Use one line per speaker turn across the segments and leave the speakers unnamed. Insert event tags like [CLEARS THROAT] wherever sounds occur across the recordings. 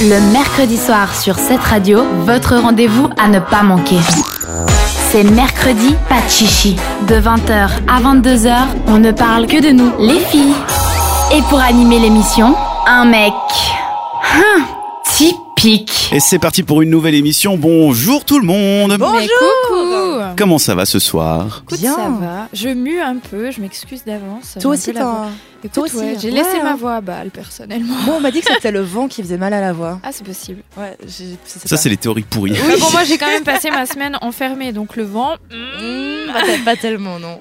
Le mercredi soir sur cette radio, votre rendez-vous à ne pas manquer. C'est mercredi, pas de chichi. De 20h à 22h, on ne parle que de nous, les filles. Et pour animer l'émission, un mec. Hum, typique.
Et c'est parti pour une nouvelle émission. Bonjour tout le monde.
Bonjour
coucou
Comment ça va ce soir
Écoute,
Bien.
ça va. Je mue un peu, je m'excuse d'avance. J'ai un
Toi aussi,
peu la voix.
t'as...
Écoute,
toi aussi,
ouais, j'ai
ouais,
laissé
hein.
ma voix à balle, personnellement.
Moi, on m'a dit que c'était le vent qui faisait mal à la voix.
Ah, c'est possible.
Ouais, j'ai- je sais
Ça
pas.
c'est les théories pourries.
Mais bon, moi, j'ai quand même passé ma semaine enfermée, donc le vent... mm,
Mmh, pas, pas tellement, non.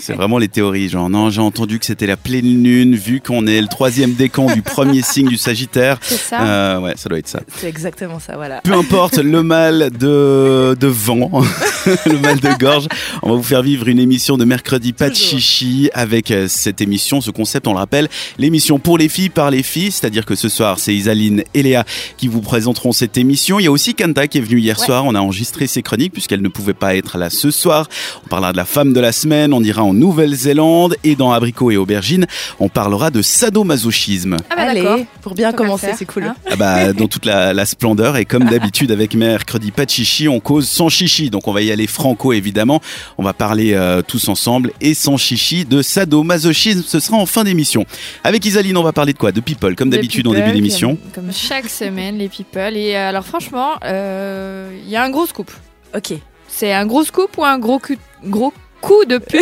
C'est vraiment les théories. Genre non, j'ai entendu que c'était la pleine lune vu qu'on est le troisième décan du premier signe du Sagittaire.
c'est ça.
Euh, ouais, ça doit être ça.
[LAUGHS] C'est exactement ça, voilà.
Peu importe le mal de, de vent, [LAUGHS] le mal de gorge, on va vous faire vivre une émission de mercredi pas de
Toujours.
chichi avec euh, cette émission, ce concept, on le rappelle, l'émission pour les filles par les filles, c'est-à-dire que ce soir c'est Isaline et Léa qui vous présenteront cette émission. Il y a aussi Kanta qui est venue hier soir, on a enregistré ses chroniques puisqu'elle ne pouvait pas être là ce soir. On parlera de la femme de la semaine, on ira en Nouvelle-Zélande et dans Abricot et Aubergine, on parlera de sadomasochisme.
Ah bah
Allez,
d'accord.
pour bien
Tant qu'à
commencer,
faire,
c'est cool.
hein.
Ah bah, dans toute la, la splendeur et comme d'habitude avec mercredi pas de chichi, on cause sans chichi. Donc on va y aller franco évidemment. On va parler euh, tous ensemble et sans chichi de sadomasochisme. Ce sera en fin d'émission. Avec Isaline, on va parler de quoi De people comme
The
d'habitude en
people,
début d'émission.
Comme, comme chaque semaine, les people. Et euh, alors, franchement, euh, il y a un gros scoop.
Ok.
C'est un gros scoop ou un gros, cu- gros coup de
[LAUGHS]
pub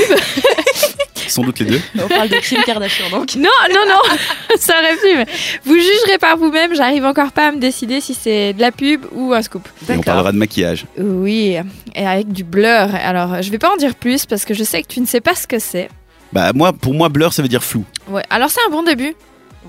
Sans doute les deux.
On parle de Kim Kardashian, donc.
Non, non, non, [LAUGHS] ça aurait pu. mais Vous jugerez par vous-même, j'arrive encore pas à me décider si c'est de la pub ou un scoop.
Et on parlera de maquillage.
Oui, et avec du blur. Alors, je vais pas en dire plus parce que je sais que tu ne sais pas ce que c'est.
Bah moi, pour moi, blur, ça veut dire flou.
Ouais, alors c'est un bon début.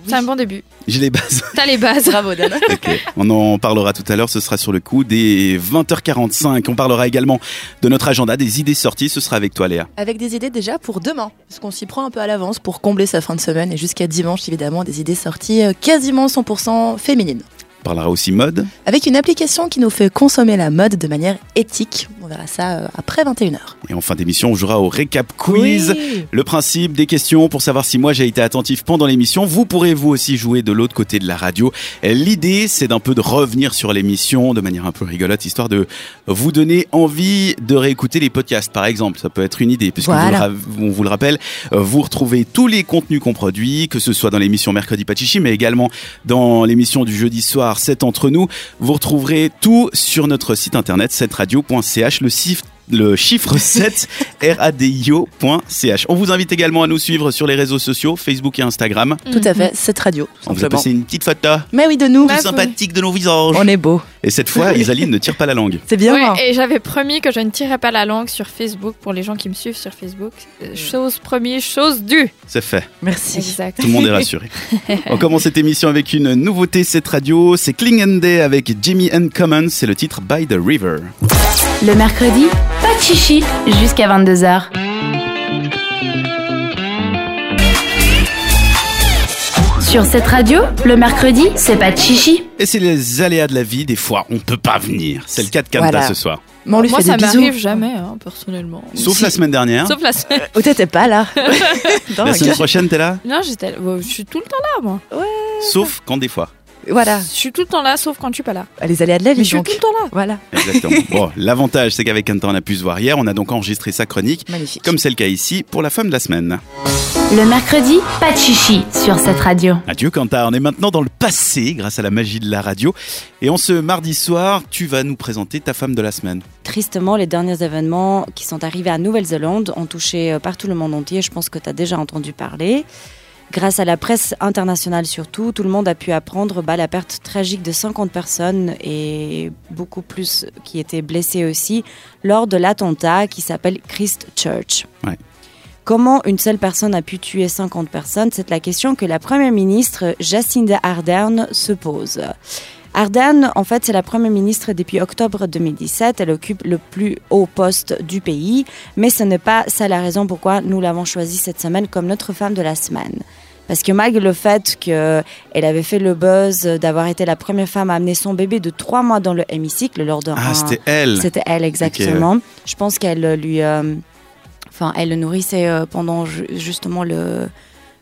C'est un bon début.
J'ai les bases.
T'as les bases.
Bravo, Dan.
[LAUGHS] Ok. On en parlera tout à l'heure. Ce sera sur le coup des 20h45. On parlera également de notre agenda, des idées sorties. Ce sera avec toi, Léa.
[LAUGHS] Avec des idées déjà pour demain, parce qu'on s'y prend un peu à l'avance pour combler sa fin de semaine et jusqu'à dimanche, évidemment, des idées sorties euh, quasiment 100% féminines.
On parlera aussi mode.
Avec une application qui nous fait consommer la mode de manière éthique. On verra ça euh, après 21h.
Et en fin d'émission, on jouera au récap quiz. Le principe des questions pour savoir si moi j'ai été attentif pendant l'émission. Vous pourrez vous aussi jouer de l'autre côté de la radio. L'idée, c'est d'un peu de revenir sur l'émission de manière un peu rigolote, histoire de vous donner envie de réécouter les podcasts, par exemple. Ça peut être une idée, puisqu'on
Voilà.
vous, le ra- on vous le rappelle, euh, vous retrouvez tous les contenus qu'on produit, que ce soit dans l'émission Mercredi Pachichi, mais également dans l'émission du jeudi soir, C'est entre nous. Vous retrouverez tout sur notre site internet, setradio.ch, le site le chiffre 7 radio.ch. On vous invite également à nous suivre sur les réseaux sociaux, Facebook et Instagram.
Tout
Mhm.
à fait, cette radio,
On vous a
simplement.
passé une petite photo
Mais oui, de nous.
Ouais.
tout
Ah,
sympathique de nos visages.
On est beau.
Et cette fois, Isaline ne tire pas la langue.
C'est bien.
Ouais,
hein.
et j'avais promis que je ne tirais pas la langue sur Facebook pour les gens qui me suivent sur Facebook. Euh, Chose promise, chose due.
C'est fait.
Merci.
Exact.
Tout le monde est rassuré.
[LAUGHS]
On commence cette émission avec une nouveauté, cette radio. C'est Kling and Day avec Jimmy and Common. C'est le titre By the River.
Le mercredi, pas de chichi jusqu'à 22h. Sur cette radio, le mercredi, c'est pas de chichi.
Et c'est les aléas de la vie. Des fois, on peut pas venir. C'est le cas de Kanta
Voilà.
ce soir.
Mais on lui
Moi,
fait
ça
des bisous.
m'arrive jamais, hein, personnellement.
Sauf
Si-
la semaine hein. dernière.
Sauf la semaine.
Oh, t'étais
[LAUGHS]
pas là.
La
Dingue.
semaine prochaine, t'es là
Non, j'étais. bon, Je suis tout le temps là, moi.
Sauf quand des fois.
Voilà,
Je suis tout le temps là, sauf quand tu es pas là.
les aléas de la
Mais
vie.
je suis
donc.
tout le temps là.
Voilà,
Exactement.
[LAUGHS]
Bon, l'avantage, c'est qu'avec Kanta, on a pu se voir hier. On a donc enregistré sa chronique,
magnifique.
comme c'est le cas ici, pour la femme de la semaine.
Le mercredi, pas de chichi sur cette radio.
Adieu Kanta, on est maintenant dans le passé grâce à la magie de la radio. Et en ce mardi soir, tu vas nous présenter ta femme de la semaine.
Tristement, les derniers événements qui sont arrivés à Nouvelle-Zélande ont touché euh, partout le monde entier. Je pense que tu as déjà entendu parler. Grâce à la presse internationale surtout, tout le monde a pu apprendre bah, la perte tragique de 50 personnes et beaucoup plus qui étaient blessées aussi lors de l'attentat qui s'appelle Christchurch.
Ouais.
Comment une seule personne a pu tuer 50 personnes C'est la question que la Première ministre Jacinda Ardern se pose. Ardern, en fait, c'est la première ministre depuis octobre 2017. Elle occupe le plus haut poste du pays, mais ce n'est pas ça la raison pourquoi nous l'avons choisie cette semaine comme notre femme de la semaine. Parce que malgré le fait qu'elle avait fait le buzz d'avoir été la première femme à amener son bébé de trois mois dans le hémicycle lors d'un...
Ah, c'était elle.
C'était elle, exactement. Je pense qu'elle euh, lui. euh, Enfin, elle le nourrissait euh, pendant ju- justement le,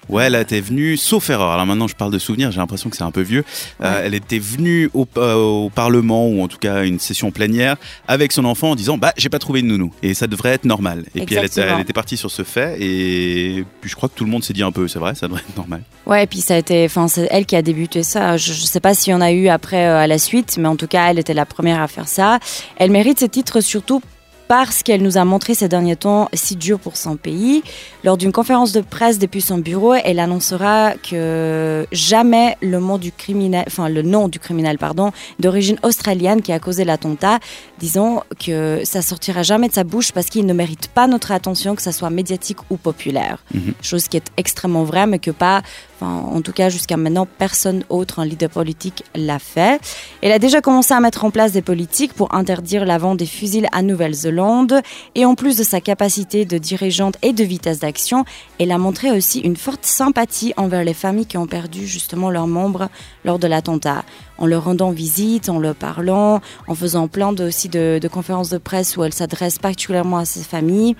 Ouais, là, t'es venue, sauf erreur. Alors maintenant, je parle de souvenirs, j'ai l'impression que c'est un peu vieux. Euh, elle était venue au, euh, au Parlement, ou en tout cas à une session plénière, avec son enfant en disant Bah, j'ai pas trouvé de nounou. Et ça devrait être normal. Et puis elle était,
Exactement.
elle était partie sur ce fait, et puis je crois que tout le monde s'est dit un peu C'est vrai, ça devrait être normal.
Ouais, et puis ça a été, enfin, c'est elle qui a débuté ça. Je, je sais pas si on a eu après euh, à la suite, mais en tout cas, elle était la première à faire ça. Elle mérite ce titre surtout parce qu'elle nous a montré ces derniers temps si dur pour son pays. Lors d'une conférence de presse depuis son bureau, elle annoncera que jamais le mot du criminel, enfin le nom du criminel, pardon, d'origine australienne qui a causé l'attentat, disons que ça sortira jamais de sa bouche parce qu'il ne mérite pas notre attention, que ça soit médiatique ou populaire.
Mhm.
Chose qui est extrêmement vraie, mais que pas Enfin, en tout cas, jusqu'à maintenant, personne autre, un leader politique, l'a fait. Elle a déjà commencé à mettre en place des politiques pour interdire la vente des fusils à Nouvelle-Zélande. Et en plus de sa capacité de dirigeante et de vitesse d'action, elle a montré aussi une forte sympathie envers les familles qui ont perdu justement leurs membres lors de l'attentat. En leur rendant visite, en leur parlant, en faisant plein de, aussi de, de conférences de presse où elle s'adresse particulièrement à ces familles.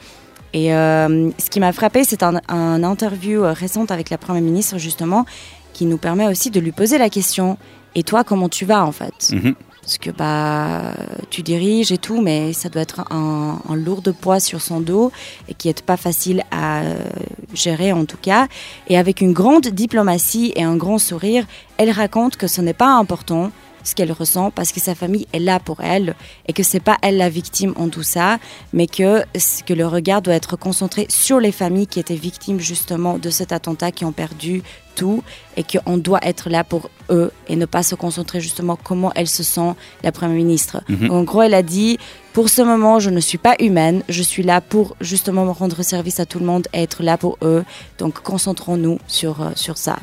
Et euh, ce qui m'a frappé, c'est un, un interview euh, récente avec la Première ministre, justement, qui nous permet aussi de lui poser la question Et toi, comment tu vas, en fait
Mhm.
Parce que bah, tu diriges et tout, mais ça doit être un, un lourd de poids sur son dos et qui est pas facile à euh, gérer, en tout cas. Et avec une grande diplomatie et un grand sourire, elle raconte que ce n'est pas important ce qu'elle ressent parce que sa famille est là pour elle et que c'est pas elle la victime en tout ça, mais que, que le regard doit être concentré sur les familles qui étaient victimes justement de cet attentat, qui ont perdu tout, et qu'on doit être là pour eux et ne pas se concentrer justement comment elle se sent, la Première ministre.
Mhm.
En gros, elle a dit, pour ce moment, je ne suis pas humaine, je suis là pour justement me rendre service à tout le monde et être là pour eux, donc concentrons-nous sur, euh, sur ça.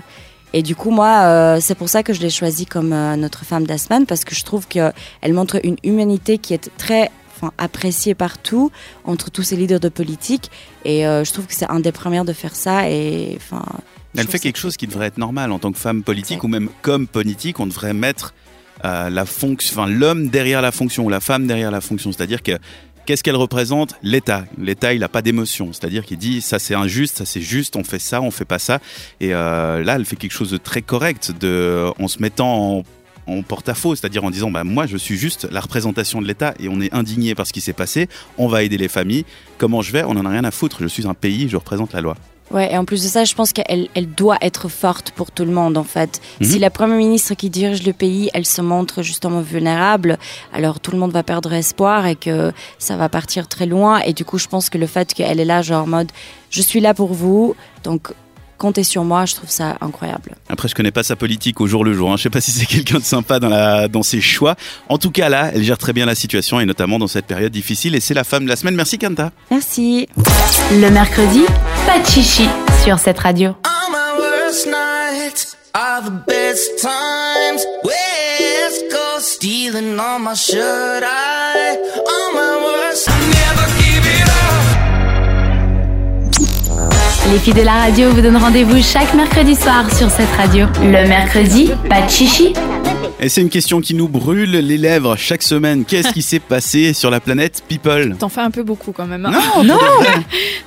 Et du coup, moi, euh, c'est pour ça que je l'ai choisie comme euh, notre femme de la semaine, parce que je trouve que elle montre une humanité qui est très enfin, appréciée partout, entre tous ces leaders de politique. Et euh, je trouve que c'est un des premiers de faire ça. Et, enfin,
Elle
je trouve
fait
ça-
quelque chose qui devrait être normal en tant que femme politique ou même comme politique, on devrait mettre euh, la fonction, enfin l'homme derrière la fonction ou la femme derrière la fonction, c'est-à-dire que qu'est-ce qu'elle représente L'État. L'État, il n'a pas d'émotion, c'est-à-dire qu'il dit ça c'est injuste, ça c'est juste, on fait ça, on fait pas ça. Et euh, là, elle fait quelque chose de très correct, de en se mettant en en porte-à-faux, c'est-à-dire en disant bah, moi je suis juste la représentation de l'État et on est indigné par ce qui s'est passé, on va aider les familles, comment je vais, on en a rien à foutre, je suis un pays, je représente la loi.
Ouais, et en plus de ça, je pense qu'elle elle doit être forte pour tout le monde, en fait.
Mhm.
Si la première ministre qui dirige le pays, elle se montre justement vulnérable, alors tout le monde va perdre espoir et que ça va partir très loin. Et du coup, je pense que le fait qu'elle est là, genre en mode, je suis là pour vous, donc comptez sur moi, je trouve ça incroyable.
Après, je connais pas sa politique au jour le jour. Hein. Je sais pas si c'est [LAUGHS] quelqu'un de sympa dans, la, dans ses choix. En tout cas, là, elle gère très bien la situation et notamment dans cette période difficile. Et c'est la femme de la semaine. Merci, Kanta.
Merci.
Le mercredi, pas de chichi sur cette radio.
All my worst nights are the best times. West Coast stealing all my shirt. I all my worst. I never give it up.
Les filles de la radio vous donnent rendez-vous chaque mercredi soir sur cette radio. Le mercredi, pas de chichi.
Et c'est une question qui nous brûle les lèvres chaque semaine. Qu'est-ce
[LAUGHS]
qui s'est passé sur la planète People
T'en fais un peu beaucoup quand même. hein.
Non,
Non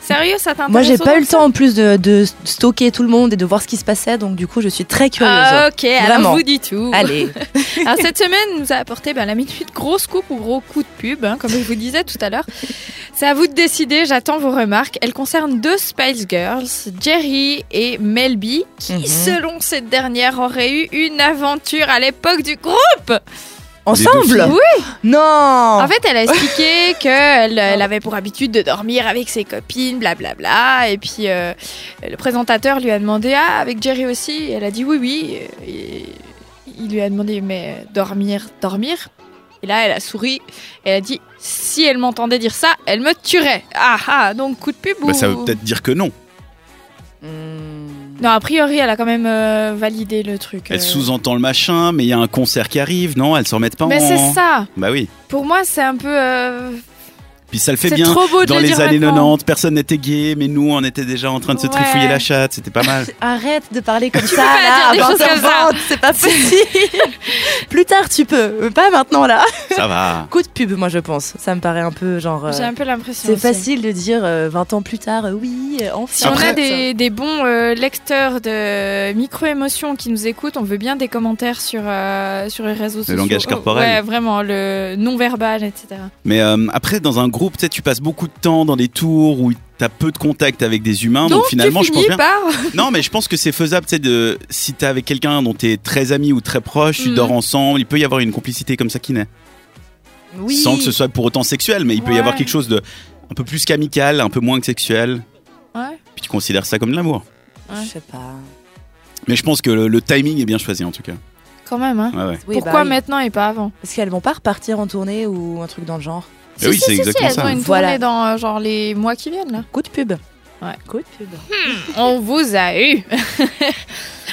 Sérieux, ça t'intéresse
Moi, j'ai pas eu le
autant
temps en plus de, de stocker tout le monde et de voir ce qui se passait, donc du coup, je suis très curieuse.
Ah, ok,
Vraiment.
alors vous dites tout.
Allez,
[LAUGHS] Alors cette semaine nous a apporté ben, la minute grosse coupe ou gros coup de pub, hein, comme je vous disais tout à l'heure. C'est à vous de décider, j'attends vos remarques. Elle concerne deux Spice Girls, Jerry et Melby, qui
Mhm.
selon cette dernière auraient eu une aventure à l'époque du groupe.
ensemble
filles.
Non
En fait,
[LAUGHS]
elle a expliqué qu'elle elle avait pour habitude de dormir avec ses copines, blablabla. Et puis euh, le présentateur lui a demandé Ah, avec Jerry aussi Elle a dit Oui, oui. Et il lui a demandé Mais euh, dormir, dormir Et là, elle a souri. Et elle a dit Si elle m'entendait dire ça, elle me tuerait. Ah ah, donc coup de pub ou-
Bah, Ça veut peut-être dire que non.
Hmm.
Non, a priori, elle a quand même euh, validé le truc. euh.
Elle sous-entend le machin, mais il y a un concert qui arrive. Non, elle s'en remettent pas
Mais
en.
c'est ça
Bah oui.
Pour moi, c'est un peu. euh,
Puis ça le fait
C'est
bien.
trop beau de
Dans
le
les
dire
années
maintenant.
90, personne n'était gay, mais nous, on était déjà en train de se
Ouais.
trifouiller la
[LAUGHS]
chatte. C'était pas mal.
Arrête de parler comme ça,
pas
là,
dire des
à
choses comme ça. [LAUGHS]
20h20, c'est pas possible Plus tard, tu peux. Euh, Pas maintenant, là.
Ça va.
Coup de pub, moi, je pense. Ça me paraît un peu genre. euh,
J'ai un peu l'impression.
c'est
aussi.
facile de dire euh, 20 ans plus tard, euh, oui, euh, enfin.
Si on
Après-
a des, des bons euh, lecteurs de micro-émotions qui nous écoutent, on veut bien des commentaires sur, euh, sur les réseaux sociaux.
langage
Oh,
corporel.
Ouais, vraiment, le non-verbal, etc.
Mais euh, après, dans un groupe, tu sais, tu passes beaucoup de temps dans des tours où tu as peu de contact avec des humains. Donc, finalement,
tu
je pense
finis
bien.
par...
Non, mais je pense que c'est faisable, tu sais, de si t'es avec quelqu'un dont t'es très ami ou très proche, tu
Mhm.
dors ensemble, il peut y avoir une complicité comme ça qui naît.
Oui.
Sans que ce soit pour autant sexuel, mais il peut y
Ouais.
avoir quelque chose de un peu plus qu'amical, un peu moins que sexuel.
Ouais.
Puis tu considères ça comme de l'amour.
Ouais.
Je sais pas.
Mais je pense que le, le timing est bien choisi en tout cas.
Quand même, hein.
Ouais, ouais.
Oui,
Pourquoi
bah oui.
maintenant et pas avant
Parce qu'elles vont pas repartir en tournée ou un truc dans le genre.
Eh oui, c'est exactement
elles
ça.
ont une
Voilà.
tournée dans euh, genre les mois qui viennent,
[LAUGHS]
là.
Coup de pub.
Ouais.
Coup de pub.
On vous a eu [LAUGHS]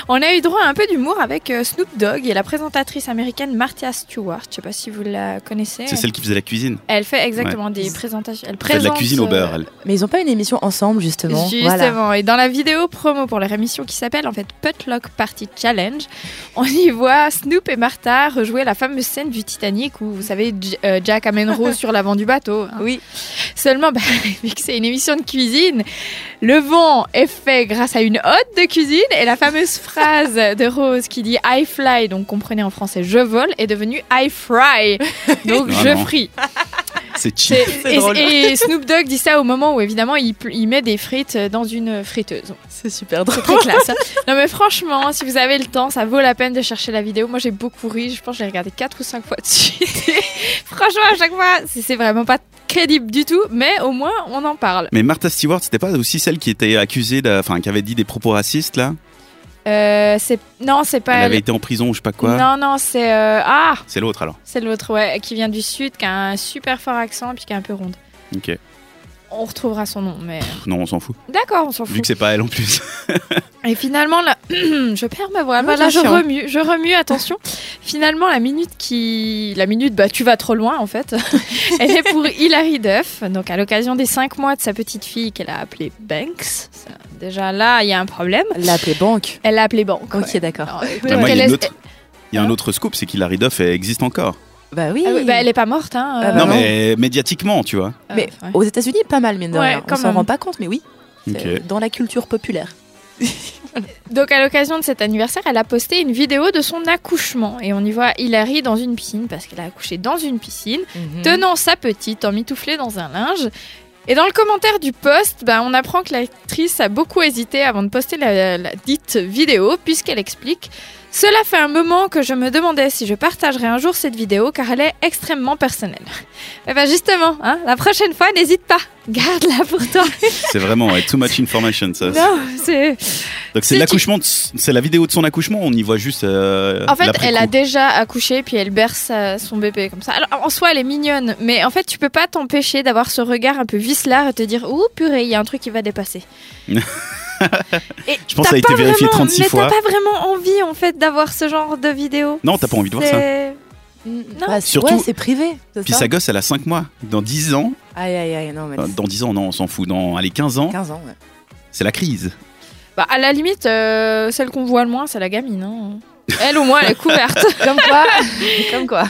On a eu droit à un peu d'humour avec euh, Snoop Dogg et la présentatrice américaine Martha Stewart. Je sais pas si vous la connaissez.
C'est celle qui faisait la cuisine.
Elle fait exactement des présentations. Elle
Elle fait de
présente
la cuisine au
euh,
beurre, elle.
Mais ils ont pas une émission ensemble, justement. Voilà.
Justement, et dans la vidéo promo pour leur émission qui s'appelle en fait Putlock Party Challenge, on y voit Snoop et Martha rejouer la fameuse scène du Titanic où vous savez J- euh, Jack amène Rose sur l'avant du bateau. hein.
[LAUGHS] Oui.
Seulement, bah, [LAUGHS] vu que c'est une émission de cuisine, le vent est fait grâce à une hotte de cuisine et la fameuse [LAUGHS] phrase de Rose qui dit I fly, donc comprenez en français je vole, est devenue I fry, donc je
Vraiment.
frie.
C'est
C'est-
cheap.
C'est
et,
drôle.
et Snoop Dogg dit ça au moment où évidemment il, pl- il met des frites dans une friteuse.
C'est super drôle.
Très classe. hein. Non mais franchement, si vous avez le temps, ça vaut la peine de chercher la vidéo. Moi j'ai beaucoup ri, je pense que je l'ai regardé 4 ou 5 fois de suite. [LAUGHS] franchement, à chaque fois, c'est c'est vraiment pas crédible du tout, mais au moins on en parle.
Mais Martha Stewart, c'était pas aussi celle qui était accusée, d'a- enfin, qui avait dit des propos racistes là
Euh, c'est non, c'est pas
Elle
elle.
avait été en prison ou je sais pas quoi.
non non, c'est euh, ah,
C'est l'autre alors.
c'est l'autre ouais, qui vient du sud, qui a un super fort accent puis qui est un peu ronde.
Ok.
On retrouvera son nom, mais
Non, on s'en fout.
d'accord, on s'en
Vu
fout.
que c'est pas elle en plus.
Et finalement, là, [CLEARS THROAT] je perds ma
Ah,
voix. Voilà, je
attention.
remue, je remue, attention. Finalement, la minute qui. La minute, bah, tu vas trop loin, en fait. [LAUGHS] Elle est pour Hilary Duff, donc à l'occasion des 5 mois de sa petite fille qu'elle a appelée Banks. Ça, déjà là, il y a un problème.
L'appelée banque.
Elle l'a appelée Bank.
Ok, Ah,
ouais.
d'accord.
Alors, euh,
Bah, [LAUGHS] moi, il y a
qu'elle
une
est-
autre- Il y a un autre scoop, c'est qu'Hilary Duff elle existe encore.
Bah oui.
Ah oui, bah, elle est pas morte, hein.
Ah
euh,
bah
non, mais médiatiquement, tu vois.
euh,
Mais
ouais.
aux États-Unis, pas mal, mine de
Ouais,
rien. On
quand
s'en
même.
rend pas compte, mais oui.
Ok.
C'est Dans la culture populaire.
Donc à l'occasion de cet anniversaire, elle a posté une vidéo de son accouchement. Et on y voit Hilary dans une piscine, parce qu'elle a accouché dans une piscine.
Tenez-
tenant sa petite en mitouflée dans un linge. Et dans le commentaire du post, bah, on apprend que l'actrice a beaucoup hésité avant de poster la, la dite vidéo, puisqu'elle explique Cela fait un moment que je me demandais si je partagerais un jour cette vidéo, car elle est extrêmement personnelle. Et bah justement, hein, la prochaine fois, n'hésite pas, garde-la pour toi.
C'est vraiment ouais, too much information, ça.
non, c'est.
Donc c'est
Si
l'accouchement, de s- c'est la vidéo de son accouchement. On y voit juste. euh,
En fait, elle a
l'après-coup.
déjà accouché, puis elle berce euh, son bébé comme ça. Alors, en soi, elle est mignonne, mais en fait, tu peux pas t'empêcher d'avoir ce regard un peu vicelard et te dire Ouh, purée, il y a un truc qui
[LAUGHS]
va dépasser. Et
Je pense que
t'as
ça a été
pas
vérifié
vraiment-
36 fois.
Mais t'as pas vraiment envie, en fait, d'avoir ce genre de vidéo.
Non, t'as pas envie de voir ça.
C'est- Non.
Bah, c'est-
Surtout-
ouais, c'est privé. c'est
Puis
ça
sa gosse, elle a 5 mois. Dans 10 ans,
Aïe, aïe, aïe, non, mais.
euh, dans 10 ans, non, on s'en fout. Dans allez, 15 ans,
15 ans, ouais.
c'est la crise.
Bah, à la limite, euh, celle qu'on voit le moins, c'est la gamine. hein. Elle, au moins, elle est couverte.
[LAUGHS] Comme
[LAUGHS]
quoi Comme quoi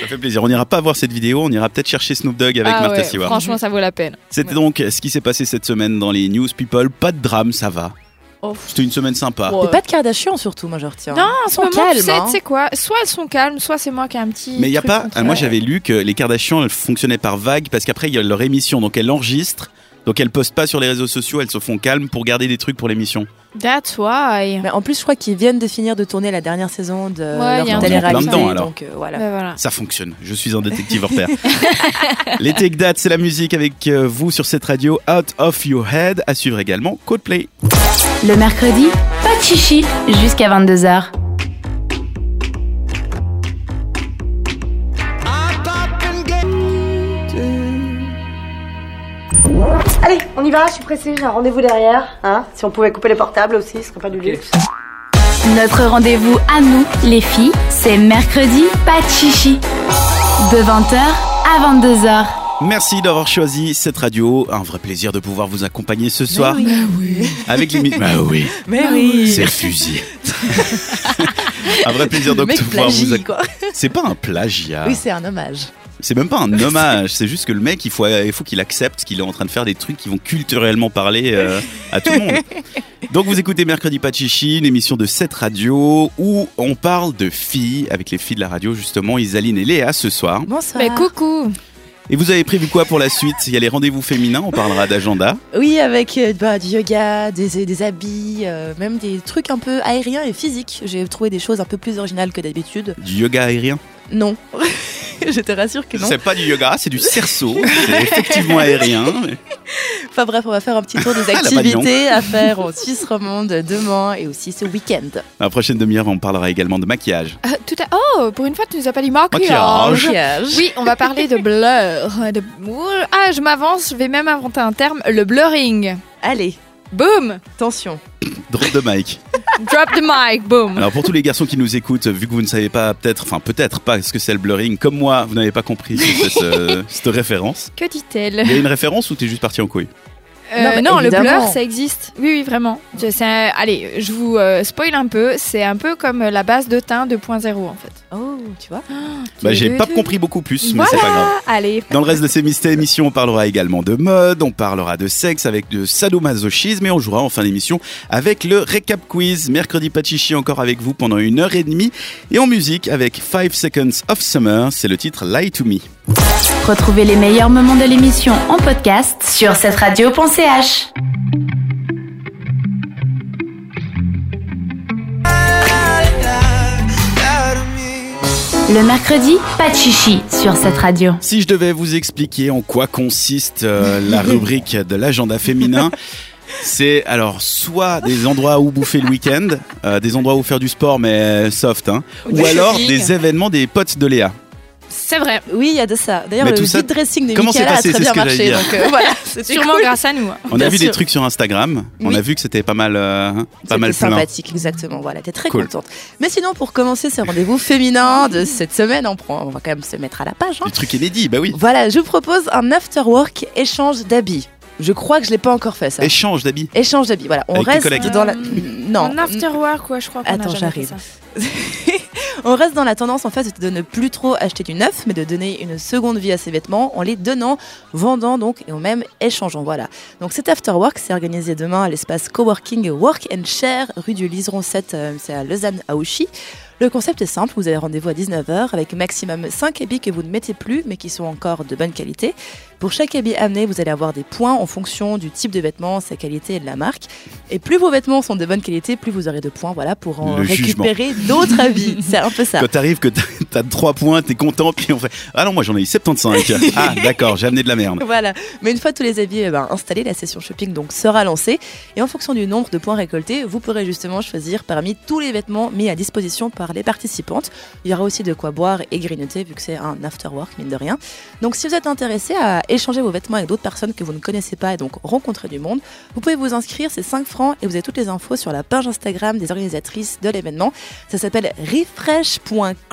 Ça fait plaisir. On n'ira pas voir cette vidéo. On ira peut-être chercher Snoop Dogg avec
Ah
Martha
ouais,
Stewart.
Franchement, ça vaut la peine.
C'était donc ce qui s'est passé cette semaine dans les News People. Pas de drame, ça va.
Oh.
C'était une semaine sympa.
Ouais.
Mais pas de Kardashian, surtout, moi, je retiens.
Non, en ce
sont
moment, tu
calmes,
sais,
hein.
tu sais quoi Soit elles sont calmes, soit c'est moi qui ai un petit.
Mais il y a
truc
pas. euh,
contre
moi,
elles.
j'avais lu que les Kardashians elles fonctionnaient par vague parce qu'après il y a leur émission, donc elles l'enregistrent, donc elles postent pas sur les réseaux sociaux, elles se font calme pour garder des trucs pour l'émission.
That's why.
Mais en plus, je crois qu'ils viennent de finir de tourner la dernière saison
il y
de
a
leur
un
télé-réalité.
truc comme ça.
donc euh, voilà.
Bah, voilà.
Ça fonctionne. Je suis un détective hors
[LAUGHS]
pair. les Tech Dates, c'est la musique avec euh, vous sur cette radio. Out of your head. À suivre également Codeplay.
Le mercredi, pas de chichi jusqu'à 22h.
Allez, on y va, je suis pressée, j'ai un rendez-vous derrière. Hein si on pouvait couper les portables aussi, ce serait pas du luxe.
Notre rendez-vous à nous, les filles, c'est mercredi, pas de chichi. De 20h à 22h.
Merci d'avoir choisi cette radio. Un vrai plaisir de pouvoir vous accompagner ce soir
[LAUGHS]
avec les. mi- Bah oui,
[LAUGHS] Mais oui
c'est fusil. Un vrai plaisir
Le
donc
mec
de pouvoir vous. Ah.
plagie,
ac-
quoi.
C'est pas un plagiat.
Oui, c'est un hommage.
C'est même pas un hommage, c'est juste que le mec, il faut, il faut qu'il accepte qu'il est en train de faire des trucs qui vont culturellement parler euh, à tout le
[LAUGHS]
monde. Donc vous écoutez Mercredi Pachichi, une émission de 7 radio où on parle de filles, avec les filles de la radio justement, Isaline et Léa ce soir.
Bonsoir.
Mais coucou
Et vous avez prévu quoi pour la suite Il y a les rendez-vous féminins, on parlera d'agenda.
Oui, avec euh, bah, du yoga, des, des habits, euh, même des trucs un peu aériens et physiques. J'ai trouvé des choses un peu plus originales que d'habitude.
Du yoga aérien
Non. [LAUGHS] Je te rassure que non.
C'est pas du yoga, c'est du cerceau. c'est effectivement aérien.
Enfin bref, on va faire un petit tour des
Ah, [LAUGHS] la Magnon.
activités à faire en Suisse romande demain et aussi ce week-end.
Dans la prochaine demi-heure, on parlera également de maquillage.
Ah, tout à... Oh, pour une fois, tu nous as pas dit maquillage.
Maquillage.
Oui, on va parler de blur. de- Ouh, Ah, je m'avance, je vais même inventer un terme, le blurring.
Allez,
Boom
attention.
Drop de mic.
Drop the mic, boom
Alors pour tous les garçons qui nous écoutent, vu que vous ne savez pas peut-être, enfin peut-être pas ce que c'est le blurring, comme moi, vous n'avez pas compris ce- ce- cette référence.
Que dit-elle
Il y a une référence ou t'es juste parti en couille
Euh,
Non, mais
non, le
évidemment.
blur, ça existe. Oui, oui, vraiment. Je- c'est un- Allez, je vous euh, spoil un peu. C'est un peu comme la base de teint 2.0, en fait.
Oh, tu vois.
Bah j'ai pas compris beaucoup plus, mais
Voilà.
c'est pas grave.
Allez.
Dans le reste de ces mystères émissions, on parlera également de mode, on parlera de sexe avec de sadomasochisme et on jouera en fin d'émission avec le récap quiz. Mercredi Pachichi encore avec vous pendant une heure et demie et en musique avec 5 Seconds of Summer, c'est le titre Lie to Me.
Retrouvez les meilleurs moments de l'émission en podcast sur cette radio.ch. Le mercredi, pas de chichi sur cette radio.
Si je devais vous expliquer en quoi consiste euh, la rubrique de l'agenda féminin, c'est alors soit des endroits où bouffer le week-end, euh, des endroits où faire du sport mais euh, soft, hein, ou alors des événements des potes de Léa.
C'est vrai.
Oui, il y a de ça. D'ailleurs,
Mais
le
tout
vide
ça-
dressing de
comment c'est
Michaela
passé,
a très
c'est ce
bien
que
marché.
j'allais dire.
Donc euh, voilà, [LAUGHS] c'était
Sûrement
cool.
grâce à nous. hein.
On a
Bien
vu des
sûr.
trucs sur Instagram, on
Oui.
a vu que c'était pas mal, euh, hein, pas
C'était
mal plein.
sympathique, exactement. Voilà, t'es très
Cool.
contente. Mais sinon, pour commencer ce rendez-vous féminin de cette semaine, on prend, on va quand même se mettre à la page. hein.
Du truc inédit, bah oui.
Voilà, je vous propose un after-work échange d'habits. Je crois que je l'ai pas encore fait ça.
Échange d'habits.
échange d'habits. Voilà, on
Avec tes
reste
collègues.
dans la.
Euh,
Non.
Un after work, ouais, je crois qu'on
Attends,
a jamais fait
j'arrive.
ça.
On reste dans la tendance en fait de ne plus trop acheter du neuf, mais de donner une seconde vie à ses vêtements en les donnant, vendant donc et en même échangeant. Voilà. Donc cet afterwork c'est organisé demain à l'espace coworking Work and Share rue du Liseron 7, euh, c'est à Lausanne à Auchy. Le concept est simple, vous avez rendez-vous à 19h avec maximum 5 habits que vous ne mettez plus mais qui sont encore de bonne qualité. Pour chaque habit amené, vous allez avoir des points en fonction du type de vêtement, sa qualité et de la marque. Et plus vos vêtements sont de bonne qualité, plus vous aurez de points voilà, pour en
Le jugement.
récupérer d'autres habits. C'est un peu ça.
Quand t'arrives que t'as- t'as 3 points, t'es content, puis on fait Ah non, moi j'en ai eu 75. ah d'accord, j'ai amené de la merde.
Voilà. Mais une fois tous les habits eh ben, installés, la session shopping donc sera lancée. Et en fonction du nombre de points récoltés, vous pourrez justement choisir parmi tous les vêtements mis à disposition par les participantes. Il y aura aussi de quoi boire et grignoter vu que c'est un after work mine de rien. Donc si vous êtes intéressé à échanger vos vêtements avec d'autres personnes que vous ne connaissez pas et donc rencontrer du monde, vous pouvez vous inscrire, c'est 5 francs et vous avez toutes les infos sur la page Instagram des organisatrices de l'événement. Ça s'appelle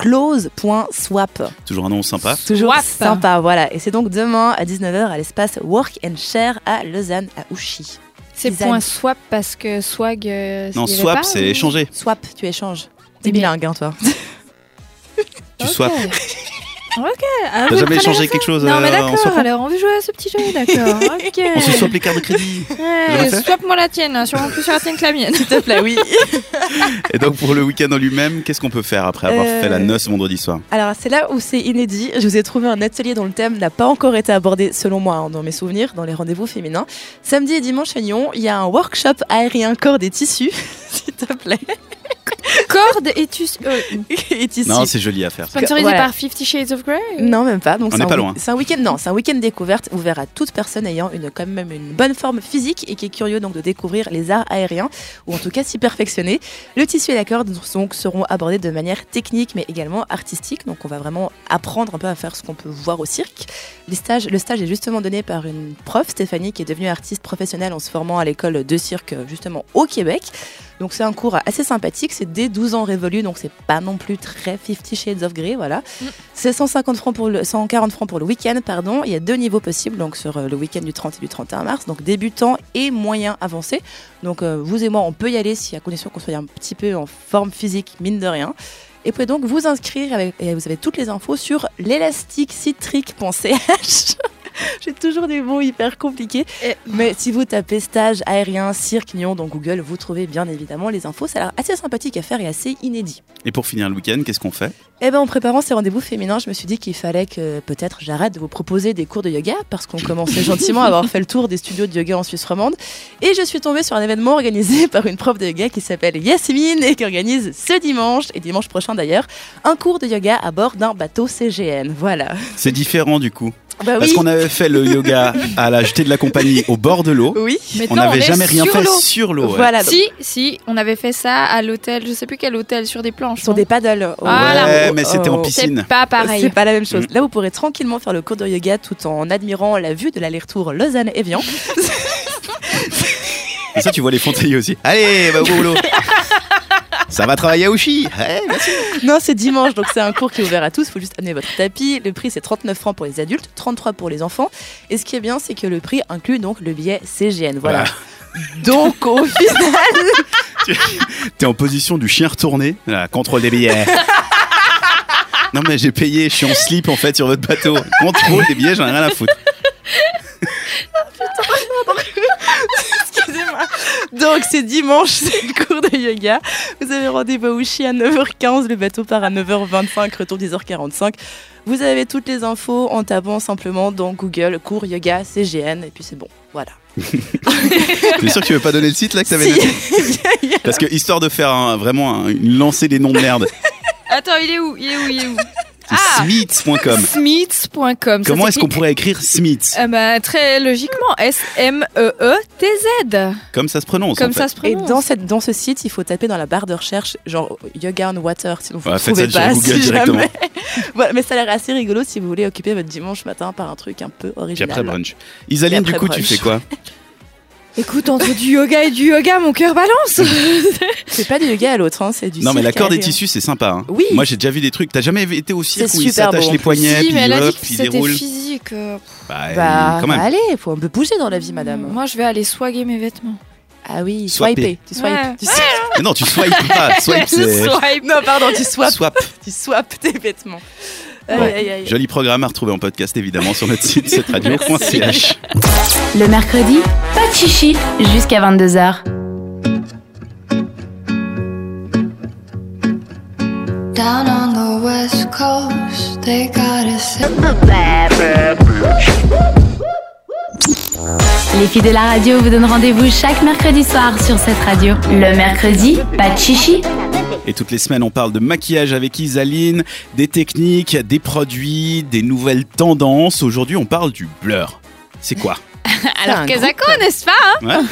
refresh.close.swap.
Toujours un nom sympa.
Toujours
Wap.
sympa, voilà. Et c'est donc demain à 19h à l'espace Work and Share à Lausanne, à Ouchy.
C'est
Design.
point swap parce que swag. euh,
Non,
s'il y avait
swap,
pas,
c'est
ou-
échanger.
Swap, tu échanges. T'es
Oui, mais-
bilingue, hein, toi.
Tu
Ok. Ah,
swap.
Ok. alors
T'as
je
jamais
prenais
échangé
la-
quelque chose
Non, mais
euh, en
d'accord,
swappant
alors on veut jouer à ce petit jeu, d'accord. Ok.
[LAUGHS] On se swap les cartes de crédit. Jamais fait
Swap-moi la tienne, hein, sûrement plus sur la tienne que la mienne.
S'il te plaît, oui.
Et donc pour le week-end en lui-même, qu'est-ce qu'on peut faire après avoir
Euh,
fait la noce vendredi soir
[LAUGHS] Alors, c'est là où c'est inédit. Je vous ai trouvé un atelier dont le thème n'a pas encore été abordé, selon moi, hein, dans mes souvenirs, dans les rendez-vous féminins. Samedi et dimanche à Nyon, il y a un workshop aérien corps des tissus, [LAUGHS] s'il te plaît.
[LAUGHS]
[LAUGHS]
Corde et tu. euh,
Et tissus.
Non, c'est joli à faire.
Sponsorisé
Voilà.
par Fifty Shades of Grey
Non, même pas. Donc
On
c'est
n'est
un
pas
week-
loin.
C'est un week-end. Non, c'est un week-end découverte ouvert à toute personne ayant une quand même une bonne forme physique et qui est curieux donc de découvrir les arts aériens ou en tout cas s'y perfectionner. Le tissu et la corde donc seront abordés de manière technique mais également artistique. Donc on va vraiment apprendre un peu à faire ce qu'on peut voir au cirque. Les stages, le stage est justement donné par une prof Stéphanie qui est devenue artiste professionnelle en se formant à l'école de cirque justement euh, au Québec. Donc c'est un cours assez sympathique, c'est dès 12 ans révolus, donc c'est pas non plus très 50 Shades of Grey, voilà. C'est 150 francs pour le, 140 francs pour le week-end, pardon. Il y a deux niveaux possibles, donc sur euh, le week-end du 30 et du 31 mars, donc débutant et moyen avancé. Donc euh, vous et moi, on peut y aller si à condition qu'on soit un petit peu en forme physique, mine de rien. Et vous pouvez donc vous inscrire avec, et vous avez toutes les infos sur l'élastiquecitrique.ch. [LAUGHS] J'ai toujours des mots hyper compliqués.
Et-
Mais si vous tapez stage aérien, cirque, Nyon dans Google, vous trouvez bien évidemment les infos. Ça a l'air assez sympathique à faire et assez inédit.
Et pour finir le week-end, qu'est-ce qu'on fait
Eh ben, en préparant ces rendez-vous féminins, je me suis dit qu'il fallait que peut-être j'arrête de vous proposer des cours de yoga parce qu'on commençait gentiment à avoir fait le tour des studios de yoga en Suisse romande. Et je suis tombée sur un événement organisé par une prof de yoga qui s'appelle Yasmine et qui organise ce dimanche et dimanche prochain d'ailleurs un cours de yoga à bord d'un bateau CGN. Voilà.
C'est différent du coup.
Bah
Parce qu'on avait fait le yoga à la jetée de la compagnie au bord de l'eau.
Oui.
On
Maintenant,
n'avait
est
jamais rien
sur
fait
l'eau.
sur l'eau. ouais.
Voilà. donc,
Si, si, on avait fait ça à l'hôtel, je sais plus quel hôtel, sur des planches.
sur
non
des paddles.
Voilà.
Ouais, mais c'était en piscine.
C'est pas pareil.
C'est pas la même chose.
Mm.
Là, vous pourrez tranquillement faire le cours de yoga tout en admirant la vue de l'aller-retour Lausanne-Evian.
Et ça, tu vois les fontaines aussi. Allez, va au boulot. Ça va travailler à Uchi. Eh, bien sûr.
Non, c'est dimanche, donc c'est un cours qui est ouvert à tous. Il faut juste amener votre tapis. Le prix, c'est 39 francs pour les adultes, 33 pour les enfants. Et ce qui est bien, c'est que le prix inclut donc le billet CGN. Voilà. Donc, au [LAUGHS] final,
T'es en position du chien retourné. Là, contrôle des billets. Non mais j'ai payé, je suis en slip en fait sur votre bateau. Contrôle des billets, j'en ai rien à foutre.
excusez-moi. Donc, c'est dimanche, c'est le cours de yoga. Vous avez rendez-vous à Ouchy à 9h15. Le bateau part à 9h25, retour 10h45. Vous avez toutes les infos en tapant simplement dans Google cours yoga CGN. Et puis, c'est bon. Voilà.
T'es sûr que tu veux pas donner le site là que t'avais noté
Si.
Parce que histoire de faire un- vraiment un- une lancée des noms de merde,
Attends, il est où Il est où Il
[LAUGHS]
est où
c'est
Ah.
smiths.com.
Smiths.com. ça
Comment est-ce qu'on
s'écrit-
pourrait écrire Smith
Eh ben, Très logiquement, E S-M-E-E-T-Z.
Euh,
Comme ça se prononce. en
Comme
fait.
ça se
Et
prononce.
dans, cette, dans ce site, il faut taper dans la barre de recherche, genre yoga on water, sinon vous
Ouais,
ne
faites
trouvez
ça
pas.
sur Google
si
directement.
jamais. [LAUGHS] Voilà, mais ça a l'air assez rigolo si vous voulez occuper votre dimanche matin par un truc un peu
Puis
original.
après bah, brunch. Isaline,
Puis
du
après
coup, tu
brunch.
fais
[LAUGHS]
quoi
Écoute, entre du yoga et du yoga, mon cœur balance.
C'est pas du yoga à l'autre, hein, c'est du
Non, mais
cirque
l'accord
à
des
la-
tissus, c'est sympa. hein.
Oui.
Moi, j'ai déjà vu des trucs. T'as jamais été au cirque
C'est
où ils
super
s'attachent
beau, en
les
[LAUGHS]
plus.
poignets,
si,
puis
mais elle
ils
a dit
hop,
que
puis ils
c'était
déroulent.
physique. euh, pff,
Bah, euh,
Bah,
quand même.
allez, faut un peu bouger dans la vie, madame.
Moi, je vais aller swaguer mes vêtements.
Ah oui,
Swiper.
swiper. Tu swipes.
Ouais. [LAUGHS]
Tu swipes.
Mais non, tu swipes
[LAUGHS]
pas. Swipe, c'est.
Non, pardon, tu swap. [LAUGHS]
Swap.
tu swapes tes vêtements. Aïe,
Ouais.
aïe, aïe.
Joli programme à retrouver en podcast, évidemment, sur notre site, cette
[LAUGHS]
radio.ch.
Le mercredi, pas de chichi jusqu'à 22h.
Down on the west coast, they got a city.
Les filles de la radio vous donnent rendez-vous chaque mercredi soir sur cette radio. Le mercredi, pas de chichi.
Et toutes les semaines, on parle de maquillage avec Isaline, des techniques, des produits, des nouvelles tendances. Aujourd'hui, on parle du blur. C'est quoi
[LAUGHS] Alors
un
que
groupe.
Zako, n'est-ce pas hein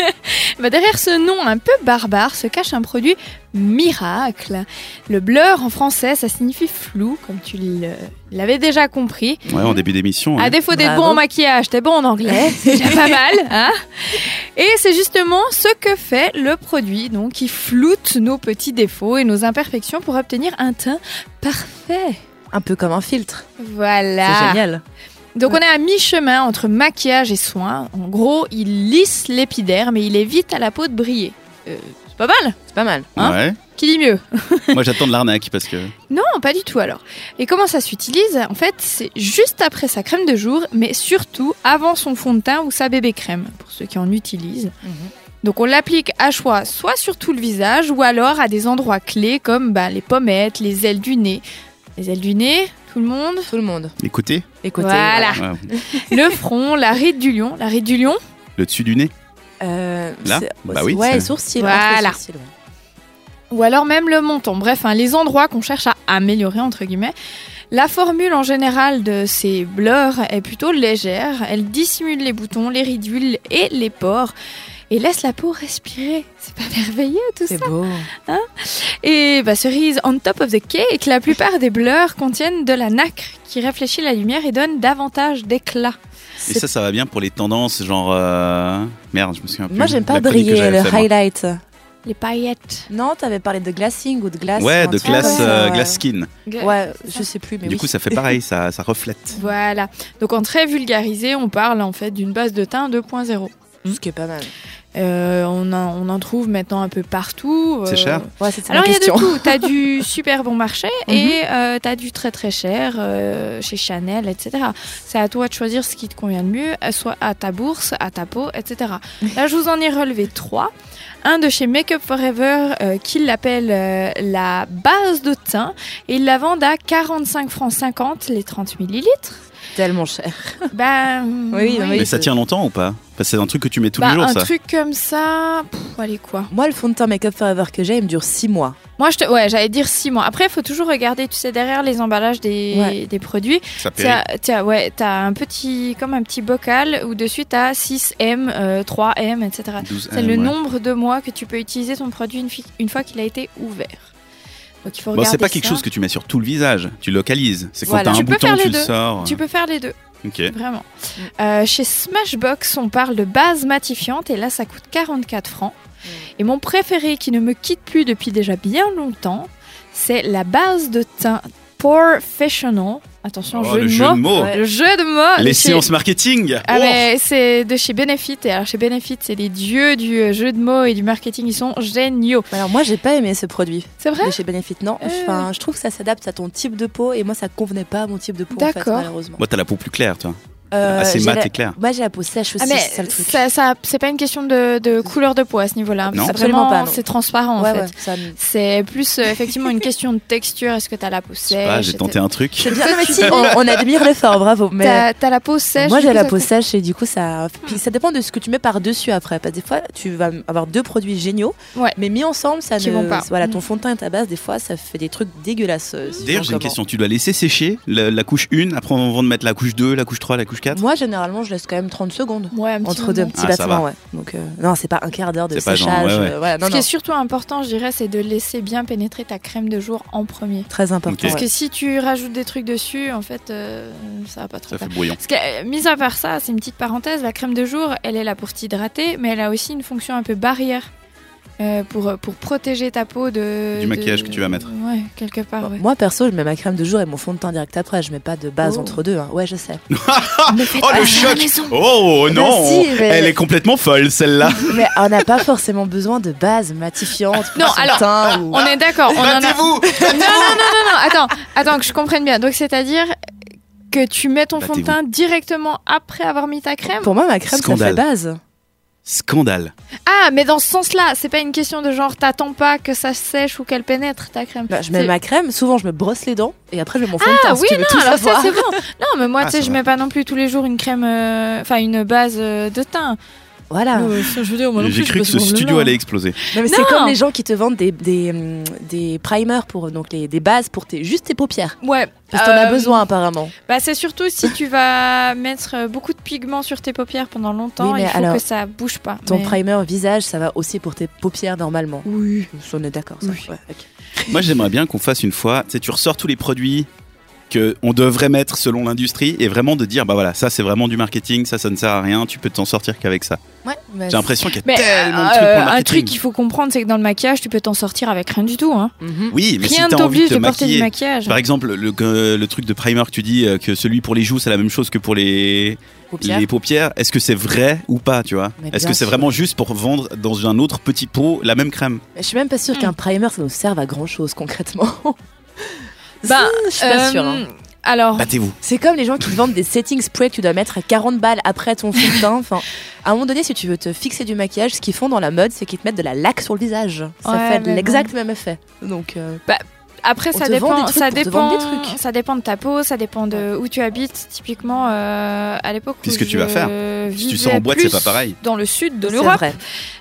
[LAUGHS] Bah, Derrière ce nom un peu barbare se cache un produit miracle. Le blur en français, ça signifie flou, comme tu le- l'avais déjà compris.
Ouais, en début d'émission.
À
Ah,
hein.
défaut d'être
Bravo.
bon en maquillage, t'es bon en
[LAUGHS]
anglais, c'est déjà pas mal. Hein et c'est justement ce que fait le produit, donc qui floute nos petits défauts et nos imperfections pour obtenir un teint parfait.
Un peu comme un filtre.
Voilà.
C'est génial.
Donc on est à mi-chemin entre maquillage et soin. En gros, il lisse l'épiderme et il évite à la peau de briller. Euh, c'est pas mal.
C'est pas mal.
ouais.
Qui dit mieux
Moi, j'attends de l'arnaque parce que.
Non, pas du tout alors. Et comment ça s'utilise En fait, c'est juste après sa crème de jour, mais surtout avant son fond de teint ou sa bébé crème, pour ceux qui en utilisent. Donc on l'applique à choix soit sur tout le visage ou alors à des endroits clés comme bah, les pommettes, les ailes du nez. Les ailes du nez, tout le monde
Tout le monde.
Écoutez,
Écoutez.
Voilà.
Ah.
ouais,
Le front, la ride du lion. La ride du lion
le dessus du nez.
Euh,
Là
c'est-
Bah oui,
Ouais,
c'est-
sourcils.
Voilà.
entre sourcils, ouais.
ou alors même le menton. Bref, hein, les endroits qu'on cherche à améliorer, entre guillemets. La formule en général de ces blurs est plutôt légère. Elle dissimule les boutons, les ridules et les pores et laisse la peau respirer. C'est pas merveilleux tout ça
C'est beau.
Et bah, cerise on top of the cake, la plupart des blurs contiennent de la nacre qui réfléchit la lumière et donne davantage d'éclat.
Et ça, ça va bien pour les tendances, genre. euh, Merde, je me souviens plus.
Moi, j'aime pas
La chronique que
briller
j'avais
le
fait, moi.
highlight.
Les paillettes.
Non, t'avais parlé de glacing ou de glace.
Ouais,
ou un
de
truc
glace,
comme ça,
euh,
ouais.
glace skin.
Ouais, je sais plus, mais
Du
oui.
coup, ça fait pareil, ça, ça reflète.
Voilà. Donc en très vulgarisé, on parle en fait d'une base de teint 2.0.
Ce qui est pas mal.
Euh, on, en, on en trouve maintenant un peu partout.
C'est
euh,
cher
Ouais, c'était
Alors
ma
il y a de
question.
tout, [LAUGHS] t'as du super bon marché et euh, t'as du très très cher euh, chez Chanel, etc. C'est à toi de choisir ce qui te convient le mieux, euh, soit à ta bourse, à ta peau, etc. Là je vous en ai relevé trois. Un de chez Make Up Forever euh, qui l'appelle euh, la base de teint et il la vend à 45 francs 50 les 30 millilitres. [LAUGHS]
[LAUGHS] Tellement cher.
Ben
Oui, oui.
Mais ça tient longtemps ou pas Parce que c'est un truc que tu mets tous
Bah,
les jours,
un
ça.
truc comme ça, pff, allez quoi.
Moi, le fond de teint Make Up Forever que j'ai, il me dure 6 mois.
Moi, je te... ouais, j'allais dire six mois. Après, il faut toujours regarder, tu sais, derrière les emballages des,
Ouais.
des produits.
Ça
Tiens, tiens, ouais, t'as un petit, comme un petit bocal où dessus t'as 6M, euh, 3M, etc.
euh,
C'est le nombre de mois que tu peux utiliser ton produit une, fi- une fois qu'il a été ouvert. Donc il faut
Bon,
regarder.
c'est pas quelque
ça.
chose que tu mets sur tout le visage. Tu localises. C'est quand
Voilà.
t'as un
Tu peux
bouton,
faire les
tu le
deux.
sors.
Tu peux faire les deux,
Ok.
vraiment. Euh, chez Smashbox, on parle de base matifiante et là, ça coûte 44 francs. Et mon préféré qui ne me quitte plus depuis déjà bien longtemps, c'est la base de teint Professional. Attention,
Oh,
jeu,
le
de
jeu
mots.
de mots.
Ouais.
Le jeu de mots.
Les
Chez-
séances marketing.
Ah
Oh.
mais c'est de chez Benefit et alors chez Benefit c'est les dieux du euh, jeu de mots et du marketing ils sont géniaux.
Alors, moi, j'ai pas aimé ce produit.
C'est vrai
de chez Benefit, non.
Euh.
Enfin, je trouve que ça s'adapte à ton type de peau et moi, ça convenait pas à mon type de peau, en fait,
D'accord.
malheureusement.
Moi, t'as la peau plus claire, toi.
Euh,
Assez Ah
j'ai
bah, mat
la-
et claire.
Moi, j'ai la peau sèche aussi,
Ah,
c'est ça
mais
le truc.
ça, ça- c'est pas une question de, de couleur de peau à ce niveau-là.
Non.
C'est
Absolument
vraiment-
pas, non.
C'est transparent
Ouais,
en fait.
ouais, ça me-
C'est plus euh, effectivement une question de texture. Est-ce que t'as la peau sèche
Ah, j'ai tenté un truc.
C'est bien, mais [LAUGHS] si, on, on admire l'effort, bravo. Mais
T'as t'as la peau sèche.
moi,
du
j'ai
coup,
la
ça Ah.
peau
coûte-
sèche et du coup, ça. Puis ça dépend de ce que tu mets par-dessus après. Parce que des fois, tu vas avoir deux produits géniaux,
Ouais.
mais mis ensemble, ça
Qui
ne.
vont pas. Mm.
Voilà, ton fond de teint et ta base, des fois, ça fait des trucs dégueulasses. euh, suivant
D'ailleurs, j'ai une
comment.
question. Tu dois laisser sécher la, la couche 1, après on va de mettre la couche 2, la couche 3, la couche 4.
Moi, généralement, je laisse quand même 30 secondes.
Ouais, un petit
Entre deux
moment.
petits
Ah, ça
battements,
va.
ouais. Donc, euh, non, c'est pas un quart d'heure de
C'est pas
séchage.
genre, ouais, ouais.
euh, voilà, non,
Ce qui
non.
est surtout important, je dirais, c'est de laisser bien pénétrer ta crème de jour en premier.
Très important.
Ok.
ouais.
Parce que si tu rajoutes des trucs dessus, en fait, euh, ça va pas trop.
Ça fait
faire.
brouillon.
Parce que, euh, mis à part ça, c'est une petite parenthèse, la crème de jour, elle est là pour t'hydrater, mais elle a aussi une fonction un peu barrière euh, pour, pour protéger ta peau de.
Du maquillage
de-
que tu vas mettre.
Ouais, quelque part, ouais.
Moi perso, je mets ma crème de jour et mon fond de teint direct après. Je mets pas de base
Oh.
entre deux. hein. Ouais,
[LAUGHS]
je sais. Ah,
Oh, le choc Oh non
si, mais-
Elle est complètement folle, celle-là.
Mais on n'a pas forcément besoin de base matifiante. pour
Ah,
Non,
son
alors,
teint ou-
On est d'accord, on en a.
Battez-vous
Non, non, non, non, non, attends, attends, que je comprenne bien. Donc, c'est-à-dire que tu mets ton fond de teint directement après avoir mis ta crème
Bah, Pour moi, ma crème,
Scandale.
ça fait base.
Scandale.
Ah, mais dans ce sens-là, c'est pas une question de genre t'attends pas que ça sèche ou qu'elle pénètre ta crème.
Bah, je mets
C'est-
ma crème, souvent je me brosse les dents et après je mets mon fond de teint.
Ah
si
oui,
tu veux tout
non, alors ça
savoir.
c'est bon. Non, mais moi,
Ah,
tu sais,
ça
je
va.
mets pas non plus tous les jours une crème, euh, enfin une base euh, de teint.
Voilà. Non,
Euh, ça, je veux dire, moi non
J'ai
plus,
cru
je
que ce
passe mon bleu
studio
là.
allait exploser.
mais c'est
Non.
comme les gens qui te vendent des, des, hum, des primers pour donc les, des bases pour tes juste tes paupières.
Ouais.
Parce que t'en as
euh,
besoin apparemment.
Bah, c'est surtout si tu vas mettre euh, beaucoup de pigments sur tes paupières pendant longtemps,
Oui, mais
il faut
alors,
que ça bouge pas.
Ton
Mais-
primer visage, ça va aussi pour tes paupières normalement.
Oui.
On est d'accord. ça. Ouais, ok.
Moi, j'aimerais bien qu'on fasse une fois, tu sais, tu ressors tous les produits que on devrait mettre selon l'industrie et vraiment de dire bah voilà ça c'est vraiment du marketing ça ça ne sert à rien tu peux t'en sortir qu'avec ça
Ouais, mais
j'ai l'impression qu'il y a
Mais
tellement de
euh,
trucs pour le
un
marketing
truc qu'il faut comprendre, c'est que dans le maquillage, tu peux t'en sortir avec rien du tout. Hein.
Mhm.
oui mais
Rien
si
ne
t'as envie de
t'oblige
te
de porter
maquiller
du
bah,
maquillage.
par exemple le, que- le truc de primer que tu dis euh, que celui pour les joues c'est la même chose que pour les
Paupières.
les paupières, est-ce que c'est vrai ou pas, tu vois
Mais
Est-ce
bien
que c'est
sûr.
vraiment juste pour vendre dans un autre petit pot la même crème
Mais Je suis même pas sûre
Hmm.
qu'un primer ça nous serve à grand chose concrètement.
Bah,
Si, [LAUGHS] je suis pas
Euh,
sûre. hein.
Alors,
Battez-vous
C'est comme les gens qui te vendent des setting sprays que tu dois mettre à 40 balles après ton
[LAUGHS]
fond de teint. Enfin, à un moment donné, si tu veux te fixer du maquillage, ce qu'ils font dans la mode, c'est qu'ils te mettent de la laque sur le visage. Ça
Ouais,
fait
mais
l'exact même effet. Donc, euh,
Après,
On
ça
te vend des
dépend,
trucs
ça
pour te vendre
dépend,
des trucs.
ça dépend de ta peau, ça dépend de où tu habites. Typiquement, euh, à l'époque où
Qu'est-ce que tu
je
vas faire Si tu sors en
vivais
boîte, c'est
plus
pas pareil.
Dans le sud de
c'est
l'Europe,
vrai.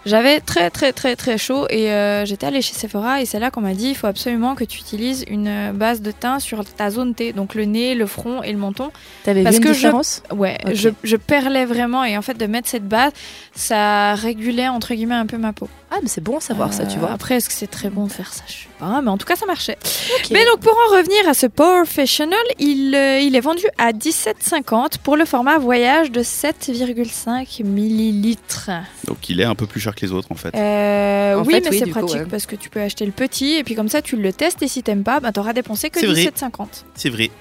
j'avais très très très très chaud et euh, j'étais allée chez Sephora et c'est là qu'on m'a dit il faut absolument que tu utilises une euh, base de teint sur ta zone T, donc le nez, le front et le menton.
T'avais vu
Parce
une
que je-
différence
Ouais,
Ok.
je, je perlais vraiment et en fait de mettre cette base, ça régulait entre guillemets un peu ma peau.
Ah, Ah, mais c'est bon à savoir ça, tu
Euh,
vois.
Après, est-ce que c'est très bon de faire ça Je sais pas, mais en tout cas, ça marchait.
Ok.
Mais donc, pour en revenir à ce Professional, il, euh, il est vendu à 17,50 pour le format voyage de 7,5 millilitres.
Donc il est un peu plus cher que les autres en fait.
Euh,
En
oui,
fait,
mais
oui,
c'est
du coup,
pratique
ouais.
parce que tu peux acheter le petit et puis comme ça, tu le testes et si t'aimes pas, bah, t'auras dépensé que
C'est vrai.
17,50.
C'est vrai.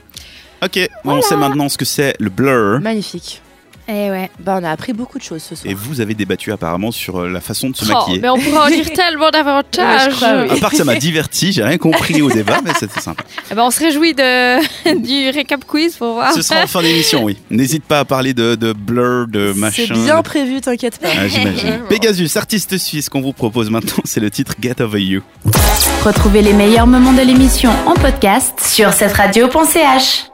Ok, on sait maintenant ce que c'est le
Euh.
blur.
Magnifique.
Eh ouais.
Bah, on a appris beaucoup de choses ce soir.
Et vous avez débattu apparemment sur euh, la façon de se
Oh,
maquiller.
mais on pourra en dire tellement
[LAUGHS] Ouais,
davantage.
je crois, oui.
À part que ça m'a diverti, j'ai rien compris au débat, mais c'était sympa.
Eh ben, on se réjouit de, [LAUGHS] du récap quiz pour
Ah.
voir.
Ce sera en fin d'émission, oui. N'hésite pas à parler de, de blur, de
C'est
machin.
bien prévu, t'inquiète pas.
Ah, J'imagine.
[LAUGHS]
Vraiment.
Pegasus, artiste suisse qu'on vous propose maintenant, c'est le titre Get Over You.
Retrouvez les meilleurs moments de l'émission en podcast sur cette radio.ch.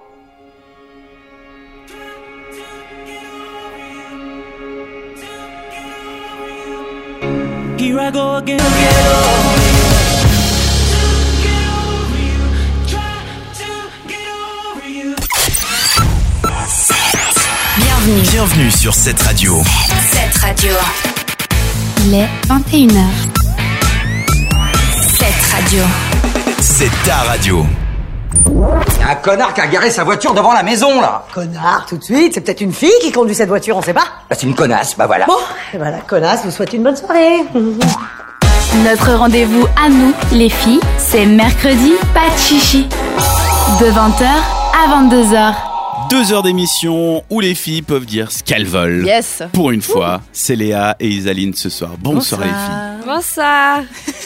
Here I go again.
Bienvenue sur cette radio.
Cette radio. Il est 21h. Cette radio.
C'est ta radio.
Y a un connard qui a garé sa voiture devant la maison, là
Connard, tout de suite, c'est peut-être une fille qui conduit cette voiture, on sait pas.
Bah, c'est une connasse, bah voilà.
Bon, et ben la connasse vous souhaite une bonne soirée.
Notre rendez-vous à nous, les filles, c'est mercredi, pas de chichi. De 20h à 22h.
Deux heures d'émission où les filles peuvent dire ce qu'elles veulent.
Yes.
Pour une fois, c'est Léa et Isaline ce soir. Bonsoir, les filles.
Comment ça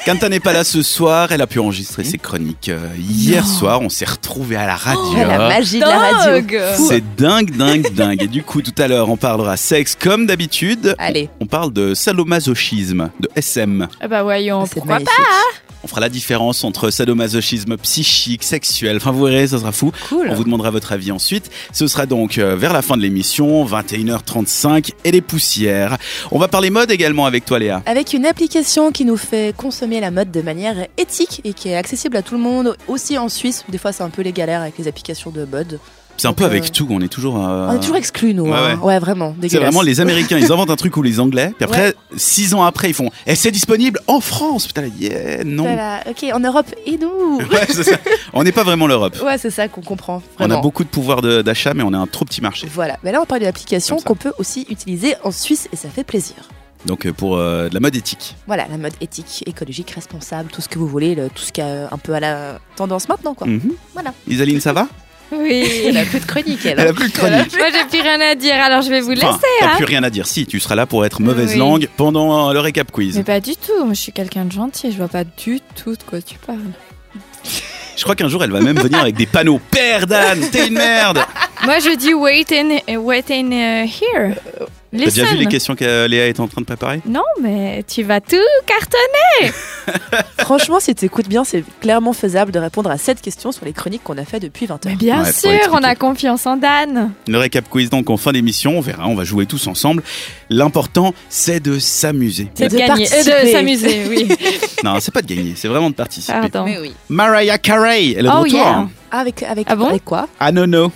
Quanta n'est pas là ce soir, elle a pu enregistrer ses chroniques. euh, hier soir, on s'est retrouvés à la radio.
Ah, la magie de la radio.
Dingue.
C'est dingue, dingue, [LAUGHS] dingue. Et du coup, tout à l'heure, on parlera sexe comme d'habitude.
Allez.
On parle de sadomasochisme, de SM.
Eh ben voyons,
C'est
pourquoi pas
magnifique.
On fera la différence entre sadomasochisme psychique, sexuel. Enfin, vous verrez, ça sera fou.
Cool.
On vous demandera votre avis ensuite. Ce sera donc euh, vers la fin de l'émission, 21h35 et les poussières. On va parler mode également avec toi, Léa.
Avec une application qui nous fait consommer la mode de manière éthique et qui est accessible à tout le monde, aussi en Suisse. Des fois, c'est un peu les galères avec les applications de mode.
C'est un
Donc,
peu
euh,
avec tout, on est toujours. euh,
On est toujours exclus, nous.
ouais,
hein.
ouais.
ouais. vraiment.
C'est
dégueulasse.
vraiment les Américains, ils inventent un truc ou les Anglais, puis après, six ans après, ils font Eh, c'est disponible en France Putain, yeah, non
Voilà, ok, en Europe et
[LAUGHS]
nous
Ouais, c'est ça. On n'est pas vraiment l'Europe.
Ouais, c'est ça qu'on comprend.
On
Vraiment.
a beaucoup de pouvoir de- d'achat, mais on a un trop petit marché.
Voilà, mais là on parle d'une application
Comme ça.
qu'on peut aussi utiliser en Suisse et ça fait plaisir.
Donc, euh, pour euh, de la mode éthique.
Voilà, la mode éthique, écologique, responsable, tout ce que vous voulez, le- tout ce qui est un peu à la tendance maintenant quoi.
Mhm.
Voilà.
Isaline, ça va
Oui.
Elle a plus
[LAUGHS]
de chronique elle.
Elle a plus de chronique.
[LAUGHS] Moi, j'ai plus rien à dire, alors je vais vous laisser.
Enfin, t'as
hein.
plus rien à dire. Si, tu seras là pour être mauvaise
Oui.
langue pendant euh, le récap quiz.
Mais pas du tout, moi je suis quelqu'un de gentil, je vois pas du tout de quoi tu parles.
Je crois qu'un jour, elle va même venir avec des
[LAUGHS]
panneaux. Père Dan, t'es une merde
Ah. moi je dis wait in, euh, wait in euh, here.
T'as déjà vu les
Listen.
questions que euh, Léa est en train de préparer
Non, mais tu vas tout cartonner.
Franchement, si t'écoutes bien, c'est clairement faisable de répondre à cette question sur les chroniques qu'on a fait depuis 20
Mais
heures.
bien
Ouais, faut
sûr, on a
expliquer.
confiance en Dan.
Le récap quiz, donc, en fin d'émission, on verra, on va jouer tous ensemble. L'important, c'est de s'amuser.
C'est de
euh, de
participer.
s'amuser,
[LAUGHS]
oui.
Non, c'est pas de gagner, c'est vraiment de participer.
Pardon.
oui.
Mariah Carey, elle est de
Oh,
retour.
yeah.
Ah, avec, avec,
Ah bon
avec quoi
Ah non,
[LAUGHS]
non.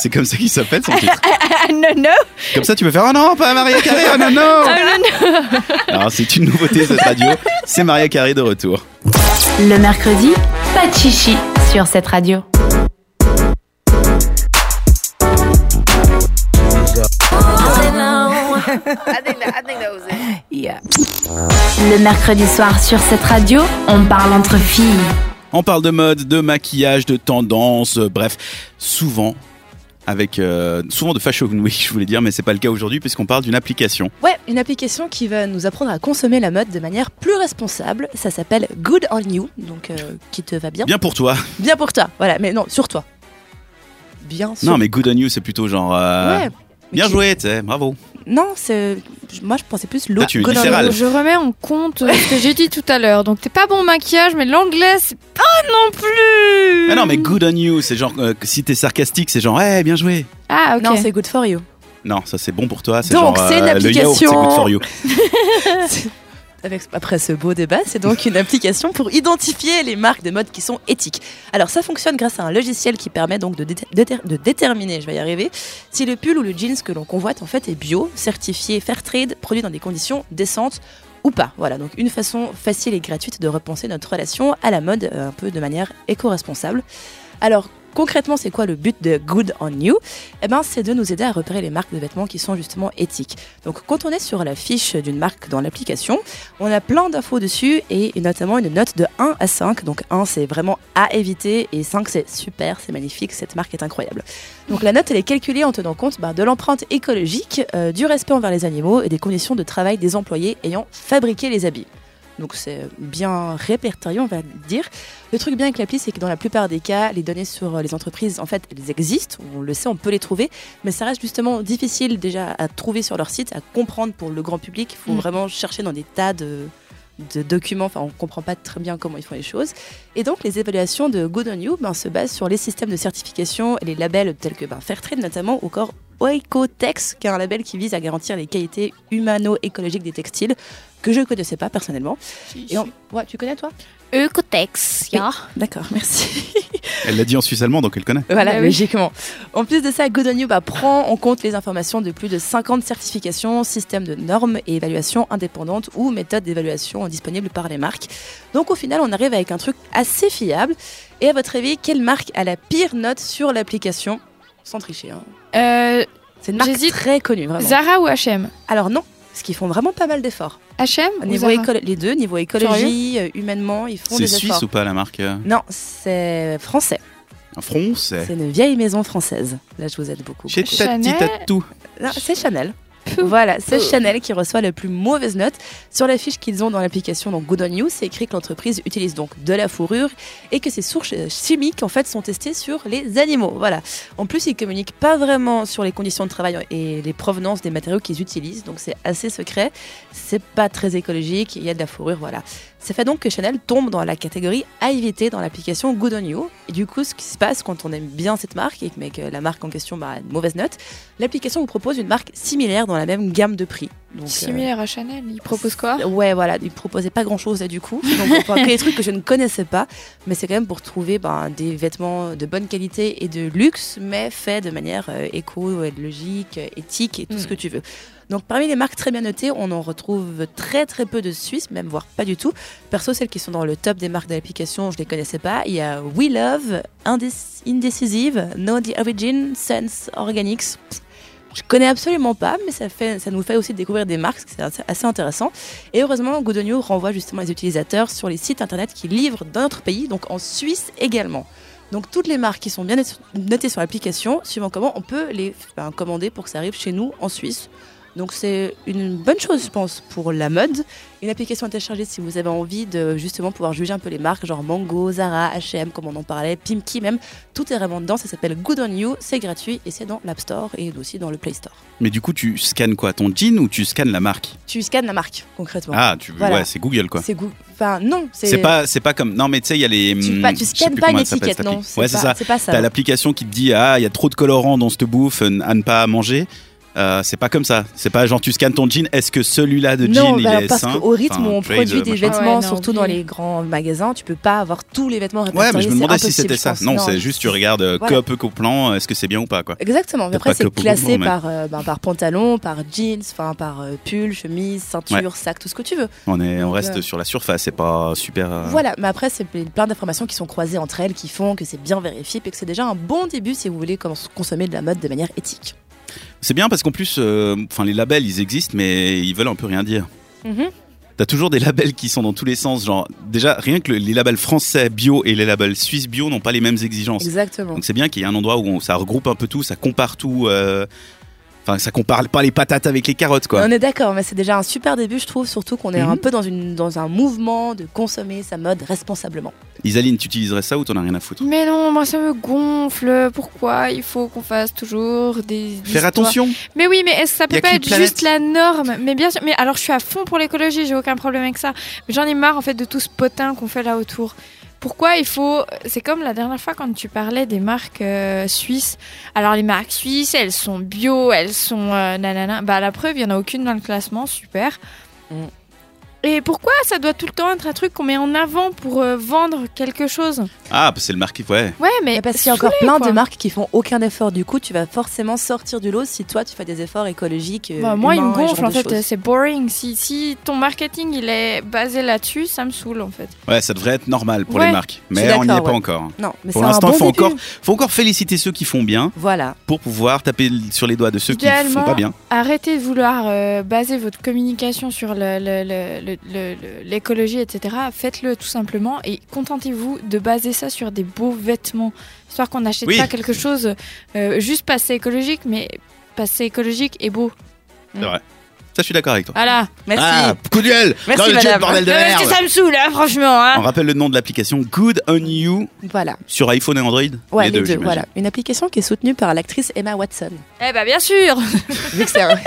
c'est comme ça qu'il s'appelle son titre.
[LAUGHS] Ah non, non,
Comme ça, tu peux faire Oh non, pas Mariah Carey, oh non,
ah
non.
non, non.
Alors, c'est une nouveauté cette radio, c'est Mariah Carey de retour.
Le mercredi, pas de chichi sur cette radio. Le mercredi soir sur cette radio, on parle entre filles.
On parle de mode, de maquillage, de tendance, euh, bref, souvent. Avec euh, souvent de Fashion Week, je voulais dire, mais c'est pas le cas aujourd'hui puisqu'on parle d'une application.
Ouais, une application qui va nous apprendre à consommer la mode de manière plus responsable. Ça s'appelle Good on You, donc euh, qui te va bien.
Bien pour toi.
Bien pour toi, voilà, mais non, sur toi. Bien sûr.
Non, mais good on you, c'est plutôt genre euh,
Ouais.
bien
Mais tu-
joué, tu sais, bravo.
Non, c'est. Moi, je pensais plus l'eau.
Ah, tu es
Good on
viscérale.
you.
Je remets en compte euh, ce que j'ai dit tout à l'heure. Donc t'es pas bon au maquillage, mais l'anglais, c'est pas non plus.
Ah non, mais good on you, c'est genre euh, si t'es sarcastique, c'est genre eh bien joué.
Ah ok.
Non, c'est good for you.
Non, ça c'est bon pour toi. C'est
Donc,
genre,
c'est une
euh, le yaourt, c'est
application.
good for you.
Avec- après ce beau débat, c'est donc une application pour identifier les marques de mode qui sont éthiques. Alors, ça fonctionne grâce à un logiciel qui permet donc de, déter- déter- de déterminer, je vais y arriver, si le pull ou le jeans que l'on convoite en fait est bio, certifié Fairtrade, produit dans des conditions décentes ou pas. Voilà, donc une façon facile et gratuite de repenser notre relation à la mode euh, un peu de manière éco-responsable. Alors concrètement, c'est quoi le but de Good on You Eh ben, c'est de nous aider à repérer les marques de vêtements qui sont justement éthiques. Donc quand on est sur la fiche d'une marque dans l'application, on a plein d'infos dessus et notamment une note de 1 à 5. Donc 1 c'est vraiment à éviter et 5 c'est super, c'est magnifique, cette marque est incroyable. Donc la note elle est calculée en tenant compte bah, de l'empreinte écologique, euh, du respect envers les animaux et des conditions de travail des employés ayant fabriqué les habits. Donc c'est bien répertorié, on va dire. Le truc bien avec l'appli, c'est que dans la plupart des cas, les données sur euh, les entreprises, en fait, elles existent, on le sait, on peut les trouver, mais ça reste justement difficile déjà à trouver sur leur site, à comprendre pour le grand public. Il faut
Mm.
vraiment chercher dans des tas de, de documents, enfin, on ne comprend pas très bien comment ils font les choses. Et donc, les évaluations de Good on You ben, se basent sur les systèmes de certification et les labels tels que ben, Fairtrade notamment, ou encore Oecotex, qui est un label qui vise à garantir les qualités humano-écologiques des textiles, que je ne connaissais pas personnellement. Et on- Ouais, tu connais toi
Eucotex, ya.
D'accord, merci.
Elle l'a dit en suisse allemand, donc elle connaît.
Voilà,
Bah oui.
logiquement. En plus de ça, Good on You bah, prend en compte les informations de plus de 50 certifications, systèmes de normes et évaluations indépendantes ou méthodes d'évaluation disponibles par les marques. Donc au final, on arrive avec un truc assez fiable. Et à votre avis, quelle marque a la pire note sur l'application Sans tricher. hein.
Euh,
C'est une marque
J'hésite.
très connue, vraiment.
Zara ou HM
Alors non, parce qu'ils font vraiment pas mal d'efforts.
HM ou
Niveau
Zara
éco- les deux, niveau écologie, euh, humainement, ils font
C'est
des
suisse
efforts.
ou pas la marque euh,
Non, c'est français.
Français.
C'est une vieille maison française. Là, je vous aide beaucoup.
Chez Tati
Chanel.
Tatou.
Non, c'est Chanel. Voilà, c'est
Pouh.
Chanel qui reçoit la plus mauvaise note. Sur la fiche qu'ils ont dans l'application donc Good On You, c'est écrit que l'entreprise utilise donc de la fourrure et que ses sources euh, chimiques en fait sont testées sur les animaux. Voilà. En plus, ils communiquent pas vraiment sur les conditions de travail et les provenances des matériaux qu'ils utilisent, donc c'est assez secret. C'est pas très écologique, il y a de la fourrure, voilà. Ça fait donc que Chanel tombe dans la catégorie à éviter dans l'application Good On You. Et du coup, ce qui se passe quand on aime bien cette marque et que- mais que la marque en question bah, a une mauvaise note, l'application vous propose une marque similaire dans la même gamme de prix. Donc, euh,
Similaire à Chanel, il propose quoi
Ouais, voilà, il proposait pas grand chose du coup. Donc on prend que des trucs que je ne connaissais pas, mais c'est quand même pour trouver ben, des vêtements de bonne qualité et de luxe, mais faits de manière euh, éco, euh, logique, euh, éthique et tout ce que tu veux. Donc parmi les marques très bien notées, on en retrouve très très peu de Suisse, même voire pas du tout. Perso, celles qui sont dans le top des marques de l'application, je les connaissais pas. Il y a We Love, Indec- Indecisive, Know the Origin, Sense Organics. Pff, Je connais absolument pas, mais ça, fait, ça nous fait aussi découvrir des marques, c'est assez- assez intéressant. Et heureusement, Good On You renvoie justement les utilisateurs sur les sites internet qui livrent dans notre pays, donc en Suisse également. Donc toutes les marques qui sont bien not- notées sur l'application, suivant comment on peut les ben, commander pour que ça arrive chez nous en Suisse. Donc c'est une bonne chose, je pense, pour la mode. Une application à télécharger si vous avez envie de justement pouvoir juger un peu les marques, genre Mango, Zara, H&M, comme on en parlait, Pimki même. Tout est vraiment dedans. Ça s'appelle Good on You. C'est gratuit et c'est dans l'App Store et aussi dans le Play Store.
Mais du coup, tu scannes quoi Ton jean ou tu scannes la marque
Tu scannes la marque concrètement.
Ah, tu
Voilà.
ouais, c'est Google quoi.
C'est goût. Enfin non,
C'est pas, c'est pas comme. Non, mais tu sais, il y a les.
Tu,
hum,
pas, tu
je sais
scannes
plus
pas une
comment elle s'appelle,
étiquette,
cette
non.
appli. Ouais, c'est ça.
C'est pas ça.
T'as l'application qui te dit ah il y a trop de colorants dans cette bouffe euh, à ne pas manger. Euh, c'est pas comme ça. C'est pas genre tu scannes ton jean. Est-ce que celui-là de jean
non,
il
bah,
est
parce
sain
qu'au rythme où on
Enfin, trade,
produit des
machin.
machin.
vêtements,
Ouais, non,
surtout dans
oui.
les grands magasins, tu peux pas avoir tous les vêtements
Ouais, mais je
répertoriés,
me demandais
c'est
si c'était ça.
impossible, je pense.
Non, c'est juste tu regardes euh,
Voilà.
cop au plan. Est-ce que c'est bien ou pas quoi
Exactement. Mais
Peut-être
après,
pas que
c'est
pour
classé
mouvement, mais-
par, euh, ben, par pantalon, par jeans, enfin par euh, pull, chemise, ceinture, sac, tout ce que tu veux.
On est, on
Donc,
reste
euh,
sur la surface. C'est pas super. euh,
Voilà. Mais après, c'est plein d'informations qui sont croisées entre elles, qui font que c'est bien vérifié, et que c'est déjà un bon début si vous voulez cons- consommer de la mode de manière éthique.
C'est bien parce qu'en plus, euh, enfin les labels ils existent, mais ils veulent un peu rien dire.
Mhm.
T'as toujours des [LAUGHS] labels qui sont dans tous les sens. Genre déjà rien que le- les labels français bio et les labels suisses bio n'ont pas les mêmes exigences.
Exactement.
Donc c'est bien qu'il y ait un endroit où on- ça regroupe un peu tout, ça compare tout. euh, Enfin, ça compare pas les patates avec les carottes, quoi.
On est d'accord, mais c'est déjà un super début, je trouve, surtout qu'on est
Mhm.
un peu dans, une, dans un mouvement de consommer sa mode responsablement.
Isaline, tu utiliserais ça ou t'en as rien à foutre
Mais non, moi ça me gonfle. Pourquoi il faut qu'on fasse toujours des.
Faire
histoires
attention
Mais oui, mais est-ce que
Y
ça
a
peut pas
qu'une
être
planète.
juste la norme Mais bien sûr, mais alors je suis à fond pour l'écologie, j'ai aucun problème avec ça. Mais j'en ai marre en fait de tout ce potin qu'on fait là autour. Pourquoi il faut C'est comme la dernière fois quand tu parlais des marques euh, suisses. Alors les marques suisses, elles sont bio, elles sont euh, nanana. Bah la preuve, il y en a aucune dans le classement, super.
Mm.
Et Et pourquoi ça doit tout le temps être un truc qu'on met en avant pour euh, vendre quelque chose
Ah, parce que c'est le marquis, ouais.
Ouais, mais
Mais parce qu'il y a encore plein de marques qui font aucun effort. Du coup, tu vas forcément sortir du lot si toi tu fais des efforts écologiques. euh,
Bah, moi, il me
humains et ce
gonfle
genre
en
de
fait,
choses.
euh, c'est boring. Si, si ton marketing il est basé là-dessus, ça me saoule en fait.
Ouais, ça devrait être normal pour
Ouais.
les marques.
suis
Mais on n'y est
d'accord,
pas
ouais.
encore.
Non, mais
Pour
c'est un
l'instant,
bon
faut
début.
encore, faut encore féliciter ceux qui font bien
Voilà.
pour pouvoir taper sur les doigts de ceux qui ne font
Idéalement,
pas bien.
Arrêtez de vouloir euh, baser votre communication sur le- le- le- le- le- le- l'écologie, etc. Faites-le tout simplement et contentez-vous de baser ça sur des beaux vêtements, histoire qu'on n'achète
Oui.
pas quelque chose euh, juste parce que c'est écologique, mais parce que c'est écologique et beau.
Ça, je suis d'accord avec toi.
Voilà.
Mm. Merci.
Ah, coup de gueule
Merci,
Dans le
madame.
tube, bordel Oh, de
Non, parce que
merde Oh.
ça me saoule, hein, franchement. hein.
On rappelle le nom de l'application Good on You
Voilà.
sur iPhone et Android
Ouais, les, deux,
j'imagine.
voilà. Une application qui est soutenue par l'actrice Emma Watson.
Eh bah bien sûr.
Vu que c'est un-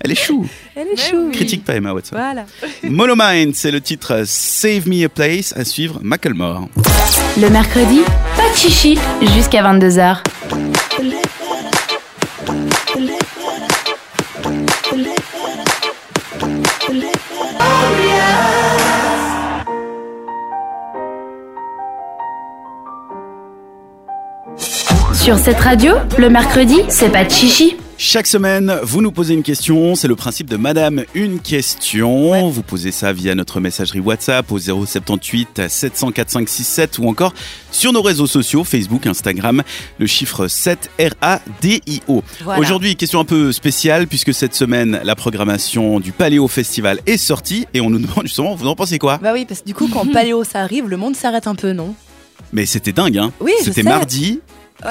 Elle est
[LAUGHS]
chou
Elle est
Mais
chou.
oui.
Critique pas Emma Watson.
Voilà.
Monomind, c'est le titre Save Me a Place à suivre Macklemore.
Le mercredi, pas de chichi jusqu'à 22h. Sur cette radio, le mercredi, c'est pas de chichi.
Chaque semaine, vous nous posez une question. C'est le principe de Madame une question. Vous posez ça via notre messagerie WhatsApp au 078 700 4567 ou encore sur nos réseaux sociaux Facebook, Instagram, le chiffre 7 R A D I O.
Voilà.
Aujourd'hui, question un peu spéciale puisque cette semaine, la programmation du Paléo Festival est sortie et on nous [LAUGHS] demande justement, vous en pensez quoi
Bah oui, parce que du coup,
[LAUGHS]
quand Paléo ça arrive, le monde s'arrête un peu, non
Mais c'était dingue, hein
Oui, je
C'était
sais.
mardi.
Ouais.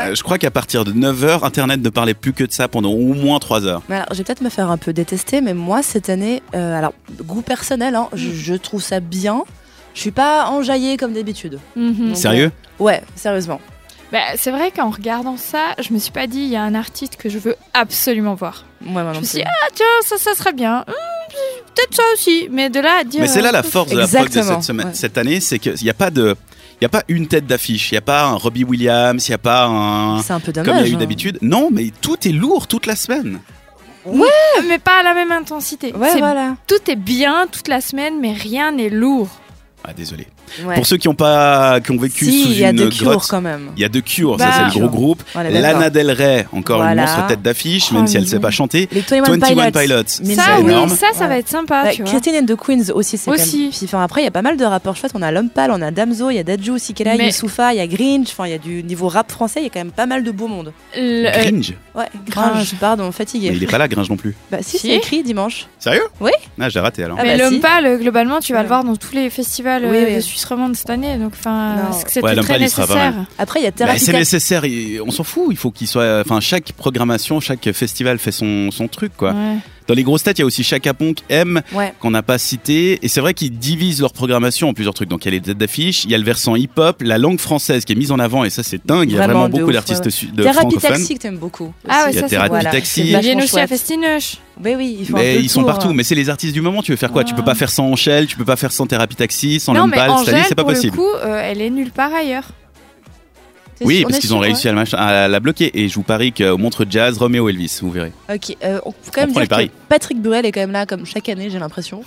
Euh, je crois qu'à partir de 9h, Internet ne parlait plus que de ça pendant au moins 3 heures.
Mais alors, je vais peut-être me faire un peu détester, mais moi, cette année, euh, alors, goût personnel, hein,
Mm.
je, je trouve ça bien. Je suis pas enjaillée comme d'habitude.
Mhm.
Donc,
Sérieux
euh, Ouais, sérieusement.
Bah, c'est vrai qu'en regardant ça, je me suis pas dit il y a un artiste que je veux absolument voir.
Moi, moi
Je
non
me suis dit,
plus.
ah tiens, ça, ça serait bien. Hmm, Peut-être ça aussi, mais de là à dire. euh,
Mais c'est là la force de la prog de
Exactement,
cette, semaine,
ouais.
cette année, c'est qu'il n'y a pas de, il y a pas une tête d'affiche, il n'y a pas un Robbie Williams, il n'y a pas
ah,
un,
C'est un peu dommage.
comme il y a eu
hein.
d'habitude. Non, mais tout est lourd toute la semaine.
Euh, [LAUGHS] Mais pas à la même intensité.
Ouais,
C'est-
voilà.
Tout est bien toute la semaine, mais rien n'est lourd.
Ah désolé.
Ouais.
Pour ceux qui ont pas, qui ont vécu
si,
sous
il y a
une
deux
grotte.
cures quand même.
Il y a deux cures,
Bah,
ça c'est le gros
Cure.
groupe.
On est d'accord.
Lana Del Rey, encore
Voilà.
une monstre tête d'affiche,
Oh,
même si elle ne sait
mignon.
pas chanter.
Les 21,
21
Pilots.
Pilots,
Mais
ça,
c'est
oui,
énorme.
ça, ça
Ouais.
va être sympa,
Bah,
tu vois.
Christine and the Queens aussi, c'est
Aussi.
quand même. Puis, enfin, après, il y a pas mal de rappeurs chouettes. On a Lompal, on a Damso, il y a Dadju, Sikela,
Mais-
Youssoufa, il y a Grinch. Enfin, il y a du niveau rap français, il y a quand même pas mal de beau monde.
Le- euh,
Gringe.
Ouais,
Gringe.
Gringe, pardon,
Mais il
fatigué.
n'est pas là, Gringe non plus.
Bah, si,
Si.
c'est écrit dimanche.
Sérieux
Oui.
Ah, j'ai raté alors.
Ah
mais
bah,
l'homme
si.
pâle, euh, globalement, tu vas le
Ouais.
voir dans tous les festivals euh,
Oui, oui.
de Suisse romande cette année, donc enfin,
Non.
c'est que c'était
Ouais, l'homme
très
pâle, il sera pas mal.
nécessaire.
Après, il y a
Bah,
Thérapie
c'est nécessaire, il- on s'en fout, il faut qu'il soit. Enfin, chaque programmation, chaque festival fait son, son truc, quoi.
Ouais.
Dans les grosses têtes, il y a aussi Chaka Ponk, M,
Ouais.
qu'on n'a pas cité. Et c'est vrai qu'ils divisent leur programmation en plusieurs trucs. Donc il y a les têtes d'affiche, il y a le versant hip-hop, la langue française qui est mise en avant, et ça c'est dingue. Il y a
Vraiment,
vraiment
de
beaucoup
ouf,
d'artistes
ouais.
su- de
Thérapie
francophones.
Taxi que t'aimes beaucoup.
Ah
aussi.
ouais,
il y a
ça, c'est-
Thérapie
voilà.
Taxi.
C'est
Ils
vachement
viennent aussi à
chouette.
Festinoche.
Mais oui, ils font un peu
Mais
le
ils sont
tour,
partout.
hein.
Mais c'est les artistes du moment. Tu veux faire quoi Tu peux pas faire sans Angèle, tu peux pas faire sans Thérapie Taxi, sans
non, mais
Lombal. Cette
Angèle,
année, c'est pas
pour
possible.
le coup, euh, elle est nulle part ailleurs.
C'est
oui,
sûr, on
parce
est
qu'ils ont
sûr,
réussi à, le mach- à la bloquer. Et je vous parie qu'au montre jazz, Roméo Elvis, vous verrez.
ouais. Ok, euh, on peut quand même
prend les
dire
paris.
que Patrick Burel est quand même là, comme chaque année, j'ai l'impression.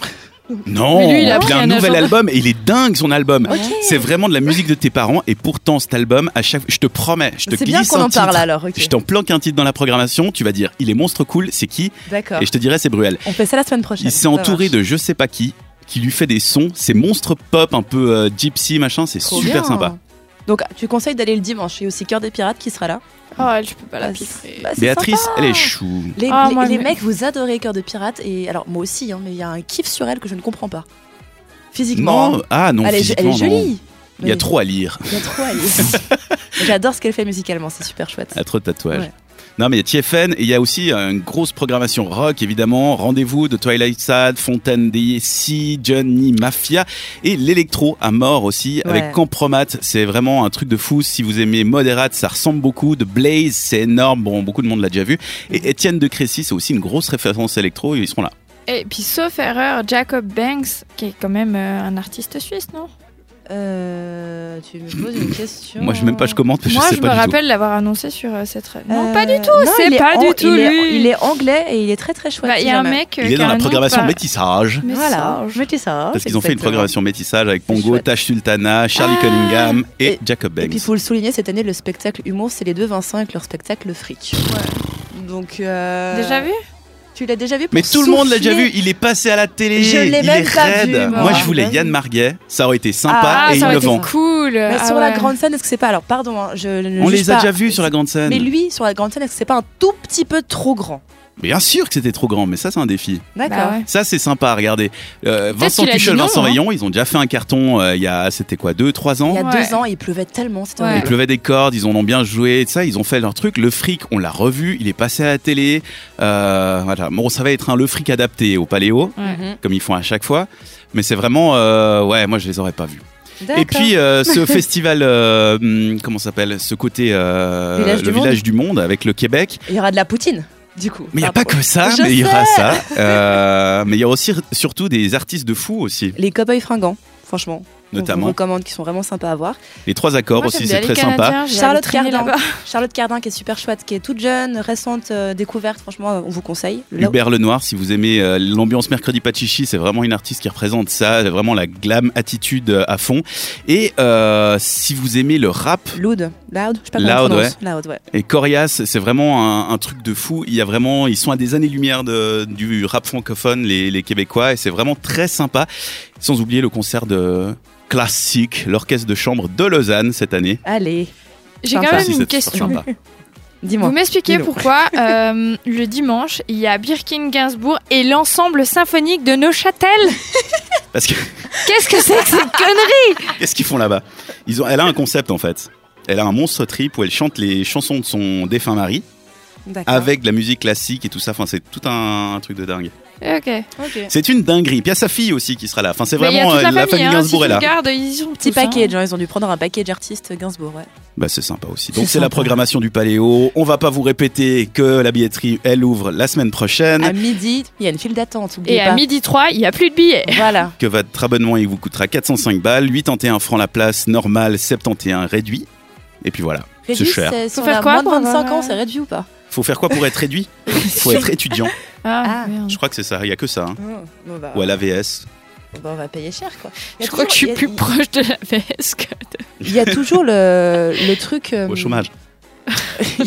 Non,
Mais lui, il a pris
un
un
nouvel
agenda.
album et il est dingue son album.
Ok.
C'est vraiment de la musique de tes parents et pourtant cet album, à chaque, je te promets, je te
C'est bien
glisse
qu'on
un
en parle
titre.
alors. ok.
Je t'en planque un titre dans la programmation, tu vas dire il est monstre cool, c'est qui
D'accord.
Et je te dirai c'est Bruel.
On fait Ah. ça la semaine prochaine.
Il s'est entouré de je sais pas qui qui lui fait des sons, c'est monstre pop un peu euh, gypsy machin, c'est super sympa.
Donc, tu conseilles d'aller le dimanche. Il y a aussi Cœur des Pirates qui sera là.
Oh, elle, je peux pas la
Bah,
pitrer.
Bah, c'est
Béatrice,
sympa.
elle est chou.
Les,
Ah,
les-
moi,
les
mais-
mecs, vous adorez Cœur de Pirates. Et alors, moi aussi, hein, mais il y a un kiff sur elle que je ne comprends pas. Physiquement, hein.
Non, ah non,
elle, est, elle
physiquement,
est
non.
jolie.
Il y a
Mais-
trop à lire,
Il y a trop à lire.
[LAUGHS]
J'adore ce qu'elle fait musicalement, c'est super chouette.
il y a trop de tatouages.
Ouais.
Non mais il y a TFN et il y a aussi euh, une grosse programmation rock évidemment, rendez-vous de Twilight Sad, Fontaine DC, Johnny Mafia et l'électro à mort aussi avec
Ouais.
Compromat, c'est vraiment un truc de fou si vous aimez Moderate, ça ressemble beaucoup de Blaze, c'est énorme, bon beaucoup de monde l'a déjà vu
Mhm.
et Étienne de Crécy, c'est aussi une grosse référence électro, ils seront là.
Et puis, sauf erreur, Jacob Banks, qui est quand même euh, un artiste suisse, non
Euh, tu me poses une question.
Moi, je même pas, je commente, parce que
Moi,
je
je,
sais
me
pas du tout.
rappelle l'avoir annoncé sur euh, cette. ra- Non,
Euh,
pas du tout,
non, il
c'est
est
pas
an-
du tout
il est-
lui.
il est anglais et il est très très
Bah, Il
chouette.
y a un
j'aime.
mec. euh,
Il est
qui
dans
a
la
un nom
programmation
bah,
par-
métissage.
Mais
Voilà,
ça,
je dis ça.
Parce qu'ils ont fait une
exactement.
programmation métissage avec Pongo,
chouette.
Tash Sultana, Charlie
Ah.
Cunningham et,
Et-
Jacob
Et puis, il
Banks.
faut le souligner, cette année, le spectacle humour, c'est les deux Vincent avec leur spectacle Le Fric. Donc. euh,
Déjà vu
Tu l'as déjà vu pour
Mais tout le monde l'a déjà
souffler.
vu, il est passé à la télé.
Je l'ai
il
même
est
pas
raide.
vu, moi.
Moi, je voulais
Ah.
Yann Marguet, ça aurait été sympa
Ah,
Bah, et
ça aurait été
innovant.
cool.
Mais
Ah
Bah, sur la
ouais.
grande scène, est-ce que c'est pas. Alors, pardon, hein, je ne
On
juge
les a
pas.
déjà vus sur la grande
Mais
scène.
lui, sur la grande scène, est-ce que c'est pas un tout petit peu trop grand
Bien sûr que c'était trop grand, mais ça, c'est un défi.
D'accord.
Bah ouais.
Ça, c'est sympa à regarder. Euh, Vincent
qu'il a dit
Tuchel,
non,
Vincent
hein.
Rayon, ils ont déjà fait un carton euh, il y a, c'était quoi, 2-3
Il y
ans
a
Ouais.
deux ans, il pleuvait tellement, c'était
Ouais.
Il
horrible.
pleuvait des cordes, ils en ont bien joué, et ça, ils ont fait leur truc. Le fric, on l'a revu, il est passé à la télé. Euh, voilà. Bon, ça va être un Le fric adapté au paléo,
Ouais.
Mhm.
comme ils font à chaque fois. Mais c'est vraiment, euh, ouais, moi je les aurais pas vus. Et
D'accord.
puis euh, ce festival, euh, hum, comment ça s'appelle Ce côté, euh,
Village
le
du
village du monde avec le Québec.
il y aura de la poutine, du coup.
Mais il n'y a
Enfin,
pas que ça,
Ah Je
mais il y
sais.
aura ça. Euh, mais il y a aussi surtout des artistes de fous aussi,
Les cow-boys fringants, franchement. qu'on
notamment.
vous recommande, qui sont vraiment sympas à voir.
Les trois accords
Moi,
aussi,
j'aime
c'est très
bien les
sympa.
Canadiens, je vais aller
Charlotte
traîner
Cardin.
là-bas.
Charlotte Cardin, qui est super chouette, qui est toute jeune, récente euh, découverte, franchement, on vous conseille. Là-
Hubert Lenoir, si vous aimez euh, l'ambiance mercredi pas de chichi, c'est vraiment une artiste qui représente ça, vraiment la glam attitude euh, à fond. Et euh, si vous aimez le rap
Loud, loud, je sais pas comment
Loud,
on prononce. Loud, ouais.
et Corias, c'est vraiment un, un truc de fou. Il y a vraiment, ils sont à des années-lumière de- du rap francophone, les, les Québécois, et c'est vraiment très sympa. Sans oublier le concert de classique, l'orchestre de chambre de Lausanne cette année.
Allez,
J'ai quand
Sympa.
même
Ça aussi,
Ah une
c'est
question.
sympa.
dis-moi.
Vous m'expliquez
Dis-nous.
pourquoi euh, le dimanche, il y a Birkin Gainsbourg et l'ensemble symphonique de Neuchâtel
Parce que [LAUGHS]
Qu'est-ce que c'est que ces
[LAUGHS]
conneries
Qu'est-ce qu'ils font là-bas Ils ont, elle a un concept en fait. Elle a un monstre trip où elle chante les chansons de son défunt mari
D'accord.
avec de la musique classique et tout ça. Enfin, c'est tout un, un truc de dingue.
Ok.
C'est une dinguerie. Puis il y a sa fille aussi qui sera là. Enfin, c'est
Mais il y a
vraiment
toute
euh, la famille
hein,
Gainsbourg
si
est
tu
là.
regardes, ils ont
Petit
tous, hein.
package, genre, ils ont dû prendre un package artiste Gainsbourg, ouais.
Bah, c'est sympa aussi.
C'est
Donc c'est la
sympa.
programmation du Paléo. On va pas vous répéter que la billetterie elle ouvre la semaine prochaine.
À midi, il y a une file d'attente, oubliez
Et
pas.
à midi 3, il n'y a plus de billets.
Voilà.
Que votre abonnement il vous coûtera 405 balles, 81 francs la place, normal 71 réduit. Et puis voilà.
Réduit,
cher.
c'est- Si
Faut
on
faire
a
quoi
moins de
pour euh, avoir
25 ans,
un-
c'est réduit ou pas
Faut faire quoi pour être réduit Faut
[LAUGHS]
être étudiant.
Ah,
Ah,
merde.
Je crois que c'est ça. Il y a que ça. hein.
Bon, bah,
Ou à l'AVS.
bah, on va payer cher, quoi. Il y a
Je crois
toujours-
que je suis
il y a-
plus proche de la PS que
Il y a toujours le, le truc. euh,
Au chômage.
Il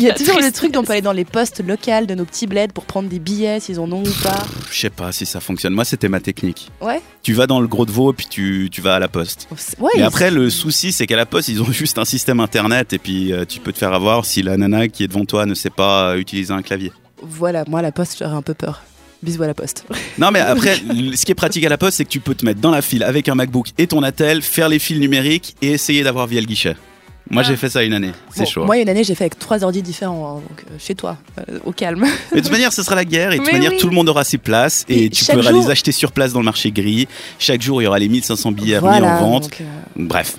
[LAUGHS]
y a toujours le
Tristesse.
truc dont on peut aller dans les postes locaux de nos petits bleds pour prendre des billets s'ils en ont ou pas.
Je sais pas si ça fonctionne. Moi, c'était ma technique.
Ouais.
Tu vas dans le gros de veau, puis tu, tu vas à la poste.
Ouais,
Mais
ils-
après, le souci, c'est qu'à la poste, ils ont [LAUGHS] juste un système internet, et puis euh, tu peux te faire avoir si la nana qui est devant toi ne sait pas euh, utiliser un clavier.
Voilà, moi à la poste, j'aurais un peu peur. Bisous à la poste.
Non, mais après, le- ce qui est pratique à la poste, c'est que tu peux te mettre dans la file avec un MacBook et ton attel, faire les fils numériques et essayer d'avoir via le guichet. Moi, j'ai fait ça une année. C'est
Ah. Bon,
chaud.
Moi, il y a une année, j'ai fait avec trois ordi différents, hein, donc euh, chez toi, euh, au calme.
Mais de toute manière, ce sera la guerre, et de toute
Mais
manière,
oui.
tout le monde aura ses places, et,
Et
tu
chaque
pourras
jour-
les acheter sur place dans le marché gris. Chaque jour, il y aura les 1500 billets à venir en vente.
donc, euh,
Bref,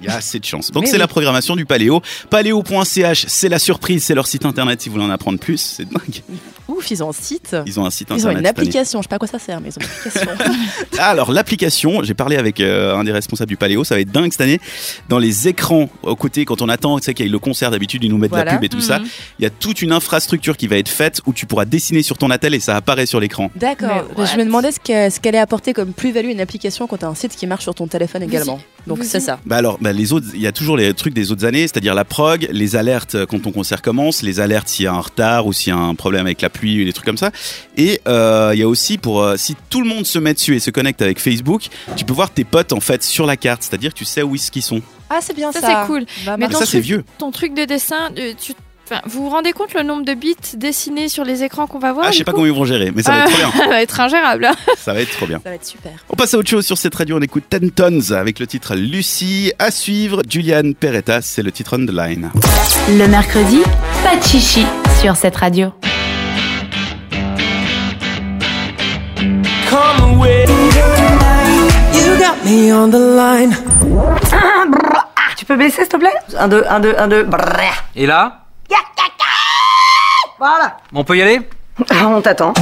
il y a assez de chance. Donc
Mais
c'est
oui.
la programmation du Paléo. Paléo.ch, c'est la surprise, c'est leur site internet si vous voulez en apprendre plus. C'est dingue.
ouf, ils ont un site.
Ils ont un site
Ils ont
internet.
une
cette année.
application, je sais pas à quoi ça sert, mais ils ont
[LAUGHS]
une application. [LAUGHS]
Ah, Alors l'application, j'ai parlé avec euh, un des responsables du Paléo, ça va être dingue cette année. Dans les écrans aux côtés, quand on attend, tu sais qu'il y a le concert d'habitude, ils nous mettent de la
Voilà.
pub et tout ça.
Mhm.
Il y a toute une infrastructure qui va être faite où tu pourras dessiner sur ton attel et ça apparaît sur l'écran.
D'accord.
Mais
Mais Je
what
me demandais ce que- ce qu'elle est apporter comme plus-value une application quand t'as un site qui marche sur ton téléphone
Vous
également. Donc
vous
c'est
y-
ça.
Bah alors, bah les autres, il y a toujours les trucs des autres années, c'est-à-dire la prog, les alertes euh, quand ton concert commence, les alertes s'il y a un retard ou s'il y a un problème avec la pluie ou des trucs comme ça. Et euh, il y a aussi pour euh, si tout le monde se met dessus et se connecte avec Facebook, tu peux voir tes potes en fait sur la carte, c'est-à-dire tu sais où ils sont.
Ah, c'est bien
Ça,
ça.
c'est cool. Mais
Bah,
Mais
marche.
dans
ça
ce-
c'est vieux.
Ton truc de dessin, euh, tu... enfin, vous vous rendez compte le nombre de bits dessinés sur les écrans qu'on va voir
Ah, je
du
sais pas
coup
comment ils vont gérer, mais ça va
Ah.
être trop bien.
[LAUGHS]
Ça va être ingérable. hein.
Ça va être trop bien.
Euh. Ça va être super.
On passe à autre chose sur cette radio. On écoute Ten Tons avec le titre Lucie. À suivre, Julian Peretta, c'est le titre Underline.
Le mercredi, pas de chichi sur cette radio.
Come away.
You got me on the line.
Ah, Tu peux baisser, s'il te plaît Un, deux, un, deux, un, deux. Brrr.
Et là
Voilà.
On peut y aller
Ah, On t'attend.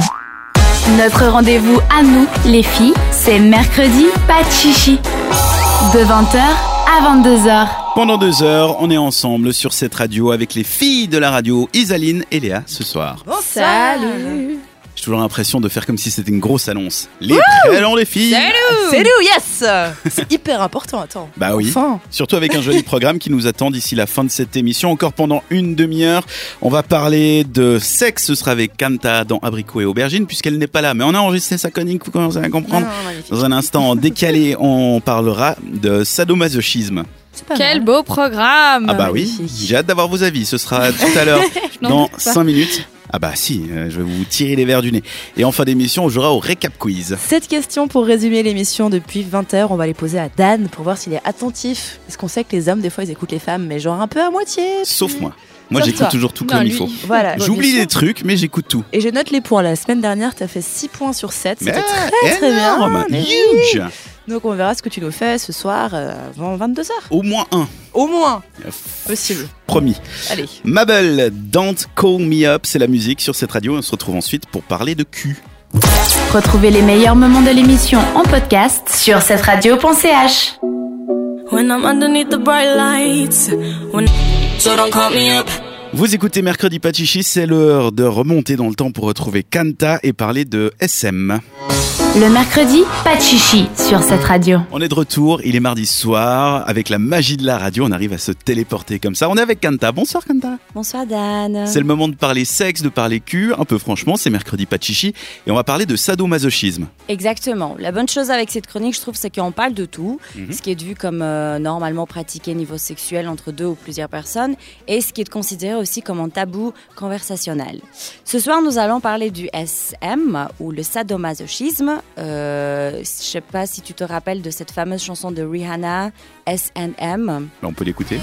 Notre rendez-vous à nous, les filles, c'est mercredi, pas de chichi. De 20h à 22h.
Pendant deux heures, on est ensemble sur cette radio avec les filles de la radio, Isaline et Léa, ce soir.
Oh.
Salut
J'ai toujours l'impression de faire comme si c'était une grosse annonce. Les prénoms, les filles
C'est nous, yes C'est hyper important, attends.
Bah oui.
Enfin.
Surtout avec un joli programme qui nous attend d'ici la fin de cette émission. Encore pendant une demi-heure, on va parler de sexe. Ce sera avec Kanta dans Abricot et Aubergine, puisqu'elle n'est pas là. Mais on a enregistré sa chronique, vous commencez à
Ah.
comprendre. Dans un instant, en décalé, on parlera de sadomasochisme.
Quel beau programme
Ah bah oui, j'ai hâte d'avoir vos avis. Ce sera tout à l'heure
n'en
dans
doute pas.
5 minutes. Ah bah si, euh, je vais vous tirer les verres du nez. Et en fin d'émission, on jouera au récap quiz.
Cette question pour résumer l'émission depuis 20h, on va les poser à Dan pour voir s'il est attentif. Parce qu'on sait que les hommes, des fois, ils écoutent les femmes, mais genre un peu à moitié.
Sauf moi. Moi,
Sauf
j'écoute
toi.
toujours tout
Non,
comme il
lui.
faut. [LAUGHS]
Voilà.
J'oublie
Bien
les
sûr.
trucs, mais j'écoute tout.
Et je note les points. La semaine dernière, t'as fait 6 points sur 7. C'était
Mais
très très bien.
énorme,
Mais oui.
huge.
Donc on verra ce que tu nous fais ce soir euh, avant 22h.
Au moins un,
Au moins. Possible.
promis.
Allez.
Mabel, Don't Call Me Up, c'est la musique sur cette radio. On se retrouve ensuite pour parler de cul.
Retrouvez les meilleurs moments de l'émission en podcast sur cette radio.ch.
When I'm underneath the bright lights. When so don't call me up.
Vous écoutez Mercredi Pachichi, c'est l'heure de remonter dans le temps pour retrouver Kanta et parler de SM.
Le mercredi, pas de chichi sur cette radio.
On est de retour, il est mardi soir, avec la magie de la radio, on arrive à se téléporter comme ça. On est avec Kanta, bonsoir Kanta.
Bonsoir Dan.
C'est le moment de parler sexe, de parler cul, un peu franchement, c'est mercredi pas de chichi, et on va parler de sadomasochisme.
Exactement. La bonne chose avec cette chronique, je trouve, c'est qu'on parle de tout,
Mhm.
ce qui est vu comme euh, normalement pratiqué niveau sexuel entre deux ou plusieurs personnes, et ce qui est considéré aussi comme un tabou conversationnel. Ce soir, nous allons parler du SM ou le sadomasochisme. Euh, je sais pas si tu te rappelles de cette fameuse chanson de Rihanna, S&M.
Là, on peut l'écouter.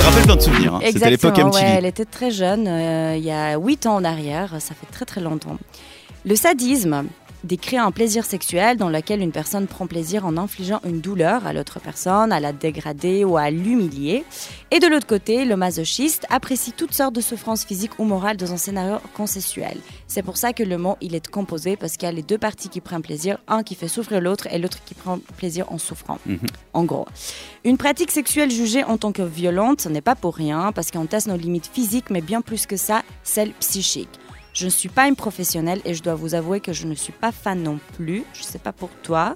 Ça rappelle plein de souvenirs, hein. c'était l'époque
Exactement,
MTV.
ouais, elle était très jeune, euh, il y a 8 ans en arrière, ça fait très très longtemps. Le sadisme décrit un plaisir sexuel dans lequel une personne prend plaisir en infligeant une douleur à l'autre personne, à la dégrader ou à l'humilier. Et de l'autre côté, le masochiste apprécie toutes sortes de souffrances physiques ou morales dans un scénario consensuel. C'est pour ça que le mot il est composé parce qu'il y a les deux parties qui prennent plaisir, un qui fait souffrir l'autre et l'autre qui prend plaisir en souffrant.
Mhm.
En gros. Une pratique sexuelle jugée en tant que violente, ce n'est pas pour rien, parce qu'on teste nos limites physiques, mais bien plus que ça, celles psychiques. Je ne suis pas une professionnelle et je dois vous avouer que je ne suis pas fan non plus. Je ne sais pas pour toi.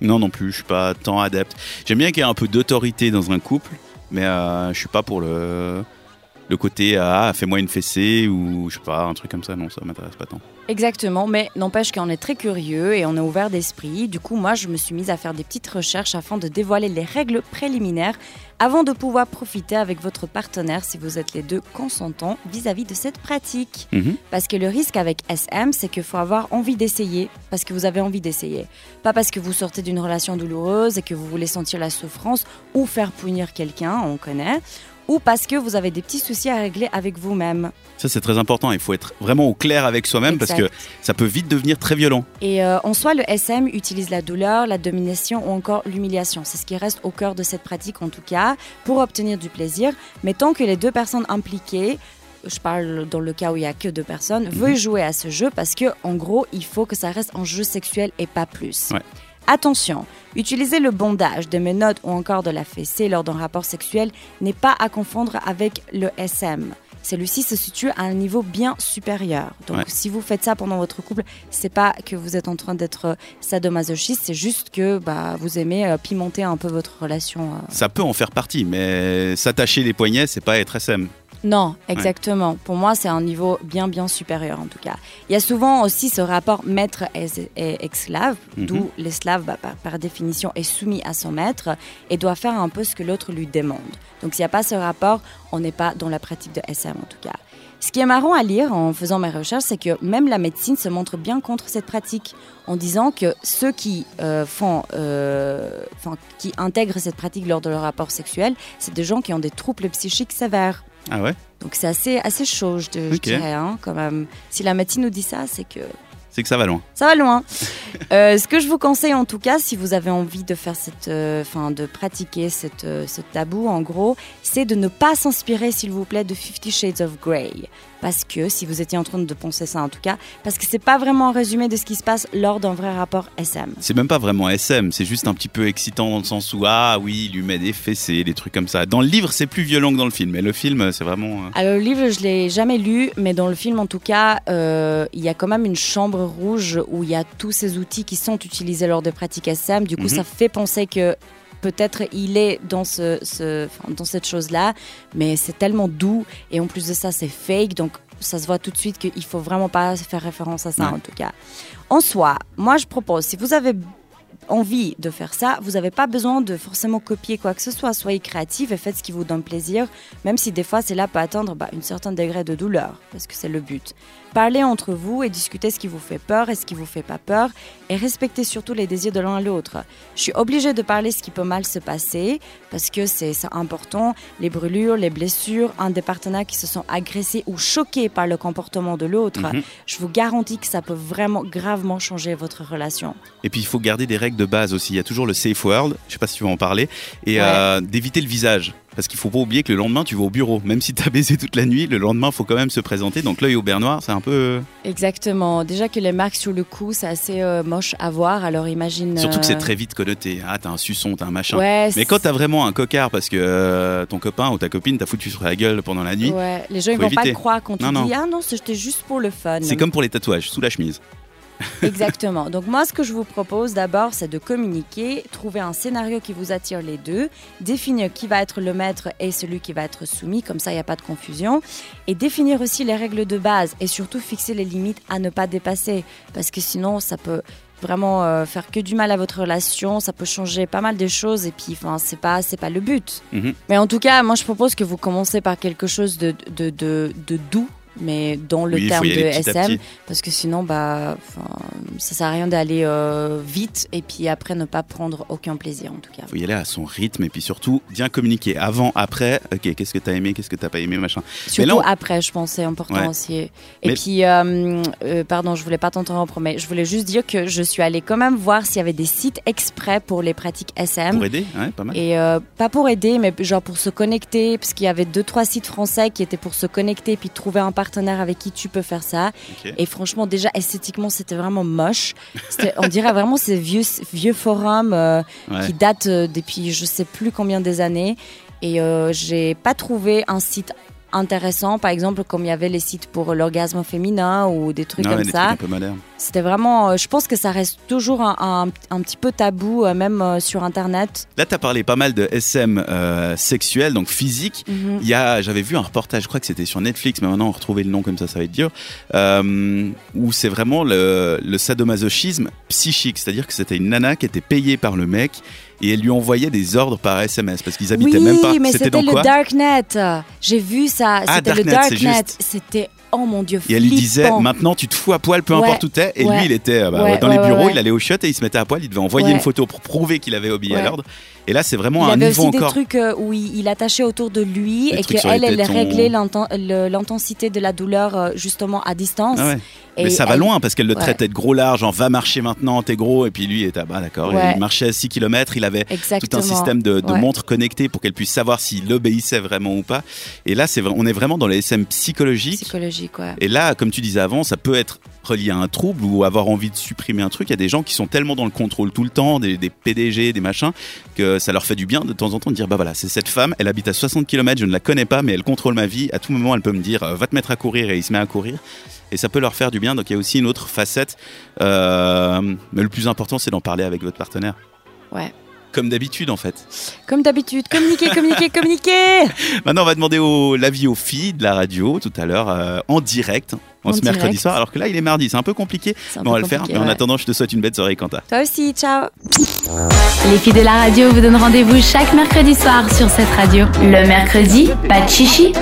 Non, non plus, je suis pas tant adepte. J'aime bien qu'il y ait un peu d'autorité dans un couple, mais euh, je suis pas pour le, le côté ah, fais-moi une fessée ou je sais pas, un truc comme ça. Non, ça m'intéresse pas tant.
Exactement, mais n'empêche qu'on est très curieux et on est ouvert d'esprit. Du coup, moi, je me suis mise à faire des petites recherches afin de dévoiler les règles préliminaires avant de pouvoir profiter avec votre partenaire si vous êtes les deux consentants vis-à-vis de cette pratique.
Mhm.
Parce que le risque avec SM, c'est qu'il faut avoir envie d'essayer, parce que vous avez envie d'essayer. Pas parce que vous sortez d'une relation douloureuse et que vous voulez sentir la souffrance ou faire punir quelqu'un, on connaît, ou parce que vous avez des petits soucis à régler avec vous-même.
Ça, c'est très important. Il faut être vraiment au clair avec soi-même parce que
Exact.
ça peut vite devenir très violent.
Et euh, en soi, le SM utilise la douleur, la domination ou encore l'humiliation. C'est ce qui reste au cœur de cette pratique, en tout cas, pour obtenir du plaisir. Mais tant que les deux personnes impliquées, je parle dans le cas où il n'y a que deux personnes,
Mhm.
veulent jouer à ce jeu parce que, en gros, il faut que ça reste un jeu sexuel et pas plus.
Ouais.
Attention, utiliser le bondage, des menottes ou encore de la fessée lors d'un rapport sexuel n'est pas à confondre avec le SM. Celui-ci se situe à un niveau bien supérieur. Donc
Ouais.
si vous faites ça pendant votre couple, c'est pas que vous êtes en train d'être sadomasochiste, c'est juste que bah, vous aimez euh, pimenter un peu votre relation. euh.
Ça peut en faire partie, mais s'attacher les poignets, c'est pas être SM.
Non, exactement. Pour moi, c'est un niveau bien, bien supérieur en tout cas. Il y a souvent aussi ce rapport maître et, et esclave,
Mhm.
d'où l'esclave, bah, par, par définition, est soumis à son maître et doit faire un peu ce que l'autre lui demande. Donc s'il n'y a pas ce rapport, on n'est pas dans la pratique de SM en tout cas. Ce qui est marrant à lire en faisant mes recherches, c'est que même la médecine se montre bien contre cette pratique, en disant que ceux qui euh, font, euh, enfin, qui intègrent cette pratique lors de leur rapport sexuel, c'est des gens qui ont des troubles psychiques sévères.
Ah ouais
Donc c'est assez, assez chaud, je, te- je
Ok.
dirais, hein, quand même. Si la médecine nous dit ça, c'est que...
c'est que ça va loin.
Ça va loin. Euh, ce que je vous conseille en tout cas, si vous avez envie de faire cette, euh, enfin, de pratiquer cette, euh, ce tabou, en gros, c'est de ne pas s'inspirer, s'il vous plaît, de Fifty Shades of Grey. Parce que, si vous étiez en train de penser ça en tout cas, parce que c'est pas vraiment un résumé de ce qui se passe lors d'un vrai rapport SM.
C'est même pas vraiment SM, c'est juste un petit peu excitant dans le sens où, ah oui, il lui met des fessées, des trucs comme ça. Dans le livre, c'est plus violent que dans le film, mais le film, c'est vraiment. euh,
Alors le livre, je l'ai jamais lu, mais dans le film en tout cas, euh, il y a quand même une chambre rouge où il y a tous ces outils qui sont utilisés lors des pratiques SM. Du coup,
Mhm.
ça fait penser que peut-être il est dans, ce, ce- enfin, dans cette chose-là, mais c'est tellement doux et en plus de ça, c'est fake, donc ça se voit tout de suite qu'il faut vraiment pas faire référence à ça
Ouais.
en tout cas. En soi, moi je propose, si vous avez envie de faire ça, vous n'avez pas besoin de forcément copier quoi que ce soit. Soyez créatif et faites ce qui vous donne plaisir, même si des fois cela peut atteindre bah, une certaine degré de douleur, parce que c'est le but. Parlez entre vous et discutez ce qui vous fait peur et ce qui vous fait pas peur, et respectez surtout les désirs de l'un à l'autre. Je suis obligée de parler ce qui peut mal se passer, parce que c'est c'est important, les brûlures, les blessures, un des partenaires qui se sont agressés ou choqués par le comportement de l'autre.
Mhm.
Je vous garantis que ça peut vraiment gravement changer votre relation.
Et puis il faut garder des règles de base aussi. Il y a toujours le safe word, je sais pas si tu vas en parler, et
Ouais.
euh, d'éviter le visage. Parce qu'il faut pas oublier que le lendemain, tu vas au bureau. Même si t'as baisé toute la nuit, le lendemain, faut quand même se présenter. Donc l'œil au beurre noir, c'est un peu. euh,
Exactement. Déjà que les marques sur le cou, c'est assez euh, moche à voir. Alors imagine.
Surtout que c'est
euh,
très vite connoté. Ah, t'as un suçon, t'as un machin.
Ouais.
Mais quand t'as vraiment un cocard parce que euh, ton copain ou ta copine t'a foutu sur la gueule pendant la nuit,
Ouais, les gens ils
Faut
vont
éviter.
pas croire quand tu
Non, non.
dis ah non c'était juste pour le fun.
c'est comme pour les tatouages, sous la chemise.
Exactement. Donc moi, ce que je vous propose d'abord, c'est de communiquer, trouver un scénario qui vous attire les deux, définir qui va être le maître et celui qui va être soumis, comme ça, il n'y a pas de confusion, et définir aussi les règles de base et surtout fixer les limites à ne pas dépasser, parce que sinon, ça peut vraiment euh, faire que du mal à votre relation, ça peut changer pas mal de choses, et puis, enfin, c'est pas, c'est pas le but.
Mhm.
Mais en tout cas, moi, je propose que vous commencez par quelque chose de, de, de, de doux, mais dans le
Oui, il faut
terme
y
de
aller petit à
SM.
petit.
Parce que sinon, bah, enfin, ça sert à rien d'aller euh, vite et puis après ne pas prendre aucun plaisir en tout cas.
faut y aller à son rythme et puis surtout bien communiquer avant, après. Ok, qu'est-ce que t'as aimé, qu'est-ce que t'as pas aimé, machin. Mais là,
Surtout
on-
après, je pense, c'est important
Ouais.
aussi. Et et
Mais-
puis, euh, euh, pardon, je voulais pas t'interrompre, mais je voulais juste dire que je suis allée quand même voir s'il y avait des sites exprès pour les pratiques SM.
Pour aider, ouais, pas mal.
Et euh, pas pour aider, mais genre pour se connecter, parce qu'il y avait deux trois sites français qui étaient pour se connecter puis trouver un partenaire avec qui tu peux faire ça.
Ok.
Et franchement, déjà esthétiquement, c'était vraiment moche. C'était- On dirait vraiment ces vieux vieux forums euh,
Ouais.
qui datent euh, depuis je sais plus combien des années. Et euh, j'ai pas trouvé un site intéressant, par exemple comme il y avait les sites pour l'orgasme féminin ou des trucs
Non,
comme
des
ça.
trucs un peu modernes.
C'était vraiment, euh, je pense que ça reste toujours un, un- un petit peu tabou, euh, même euh, sur Internet.
Là, t'as parlé pas mal de SM euh, sexuel, donc physique.
Mhm.
Il y a, j'avais vu un reportage, je crois que c'était sur Netflix, mais maintenant retrouver le nom comme ça, ça va être dur. euh, où c'est vraiment le, le sadomasochisme psychique, c'est-à-dire que c'était une nana qui était payée par le mec et elle lui envoyait des ordres par SMS parce qu'ils habitaient
oui,
même pas.
mais
C'était
c'était
dans
le
quoi
Darknet. J'ai vu ça.
Ah,
c'était
Darknet,
le
c'est
Darknet.
juste.
C'était, oh mon dieu,
Et elle lui disait
flippant.
maintenant tu te fous à poil, peu
Ouais,
importe où t'es. Et
ouais,
lui, il était euh, bah,
ouais,
dans
ouais,
les
ouais,
bureaux,
ouais.
il allait au shot et il se mettait à poil. Il devait envoyer
Ouais.
une photo pour prouver qu'il avait obéi à
Ouais.
l'ordre. Et là, c'est vraiment
Il
à un
avait
niveau
aussi des
encore.
trucs euh, où il, il attachait autour de lui
Des
et
trucs sur
qu'elle,
les
elle
tétons.
réglait l'inten- le- l'intensité de la douleur euh, justement à distance.
Ah ouais.
Et
Mais ça va
elle-
loin parce qu'elle le
ouais.
traitait de gros large, genre va marcher maintenant, t'es gros. Et puis lui, il était ah, bah d'accord.
Ouais.
Il marchait à 6 km, il avait
Exactement.
tout un système de, de
Ouais.
montres connectées pour qu'elle puisse savoir s'il obéissait vraiment ou pas. Et là, c'est vrai- on est vraiment dans les SM psychologiques.
psychologique. Ouais.
Et là, comme tu disais avant, ça peut être relié à un trouble ou avoir envie de supprimer un truc. Il y a des gens qui sont tellement dans le contrôle tout le temps, des, des PDG, des machins, que ça leur fait du bien de temps en temps de dire bah voilà, c'est cette femme, elle habite à 60 km, je ne la connais pas, mais elle contrôle ma vie. À tout moment, elle peut me dire euh, va te mettre à courir et il se met à courir. Et ça peut leur faire du bien. Donc il y a aussi une autre facette. Euh, mais le plus important, c'est d'en parler avec votre partenaire.
Ouais.
Comme d'habitude, en fait.
Comme d'habitude, communiquer, communiquer,
[LAUGHS]
communiquer.
Maintenant, on va demander au- l'avis aux filles de la radio tout à l'heure euh, en direct. On
En
se mercredi
direct.
soir, alors que là, il est mardi. C'est un peu compliqué.
C'est un
Mais on
peu
va le faire.
compliqué,
Mais en
ouais.
attendant, je te souhaite une belle soirée, Quentin.
Toi aussi, ciao.
Les filles de la radio vous donnent rendez-vous chaque mercredi soir sur cette radio. Le mercredi, pas de chichi.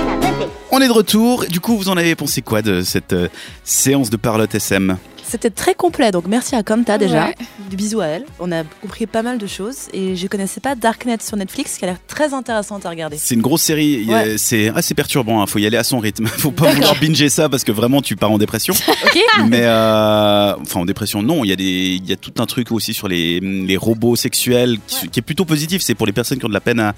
On est de retour. Du coup, vous en avez pensé quoi de cette euh, séance de parlotte SM
C'était très complet, donc merci à Kanta déjà.
Ouais.
Du bisou à elle. On a compris pas mal de choses et je connaissais pas Darknet sur Netflix qui a l'air très intéressante à regarder.
C'est une grosse série, il y a- c'est assez perturbant, hein, faut y aller à son rythme. [LAUGHS] faut pas vouloir binger ça parce que vraiment tu pars en dépression.
[LAUGHS]
Ok
Mais euh, enfin en dépression non, il y a des il y a tout un truc aussi sur les, les robots sexuels qui, qui est plutôt positif, c'est pour les personnes qui ont de la peine à,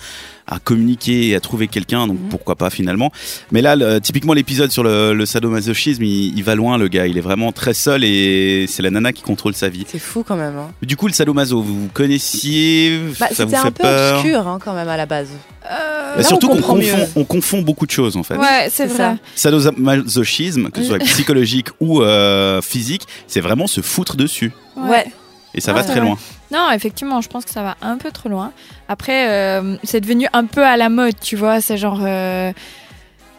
à communiquer et à trouver quelqu'un donc
Mhm.
pourquoi pas finalement. Mais là le- typiquement l'épisode sur le, le sadomasochisme, il, il va loin le gars, il est vraiment très seul et c'est la nana qui contrôle sa vie.
C'est fou quand même. hein.
Du coup le sadomaso, vous vous connaissiez,
Bah,
ça vous
C'était
fait
un peu
peur
obscur hein, quand même à la base.
Euh,
Bah,
Là, on
surtout qu'on
comprend mieux.
confond, on confond beaucoup de choses en fait.
ouais, c'est
c'est
vrai.
Sadomasochisme, que ce
[LAUGHS]
soit psychologique ou euh, physique, c'est vraiment se foutre dessus.
Ouais.
Et ça
Ah,
va
c'est
très
vrai.
loin.
Non, effectivement, je pense que ça va un peu trop loin. Après, euh, c'est devenu un peu à la mode, tu vois. C'est genre. euh,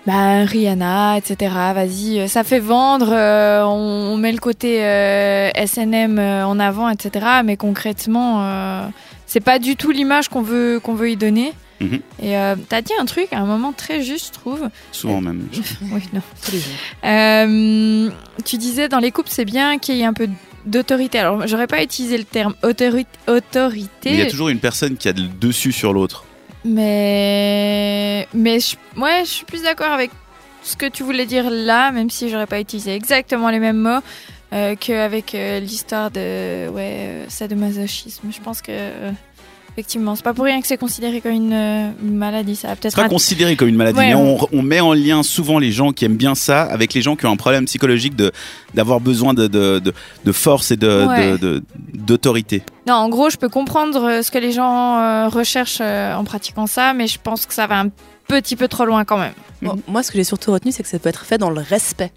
bah, Rihanna, etc. Vas-y, euh, ça fait vendre. euh, on, on met le côté euh, SNM euh, en avant, etc. Mais concrètement, euh, c'est pas du tout l'image qu'on veut qu'on veut y donner.
Mhm.
Et euh, t'as dit un truc à un moment très juste, je trouve.
Souvent même.
Oui, non. Euh, tu disais dans les couples, c'est bien qu'il y ait un peu d'autorité. Alors, j'aurais pas utilisé le terme autori-
Mais il y a
autorité,
toujours une personne qui a le dessus sur l'autre.
mais mais je... ouais, je suis plus d'accord avec ce que tu voulais dire là, même si j'aurais pas utilisé exactement les mêmes mots euh, qu'avec euh, l'histoire de ouais euh, sadomasochisme. Je pense que euh, effectivement, c'est pas pour rien que c'est considéré comme une euh, maladie. Ça a
C'est
peut-être
pas
un-
considéré comme une maladie.
Ouais,
mais on, on met en lien souvent les gens qui aiment bien ça avec les gens qui ont un problème psychologique de d'avoir besoin de, de, de, de force et de-
Ouais.
de- de- d'autorité.
Non, en gros, je peux comprendre euh, ce que les gens euh, recherchent euh, en pratiquant ça, mais je pense que ça va un petit peu trop loin quand même.
Bon, moi, ce que j'ai surtout retenu, c'est que ça peut être fait dans le respect.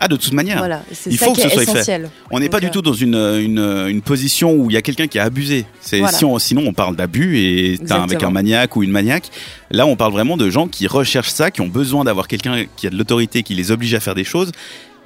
ah, de toute manière,
Voilà, c'est
Il
ça
faut
qui
que
est
ce soit fait.
essentiel.
on n'est pas
Donc, euh,
du tout dans une, une, une position où il y a quelqu'un qui a abusé. C'est
Voilà.
si on- sinon on parle d'abus et t'as
Exactement.
avec un maniaque ou une maniaque. Là, on parle vraiment de gens qui recherchent ça, qui ont besoin d'avoir quelqu'un qui a de l'autorité, qui les oblige à faire des choses.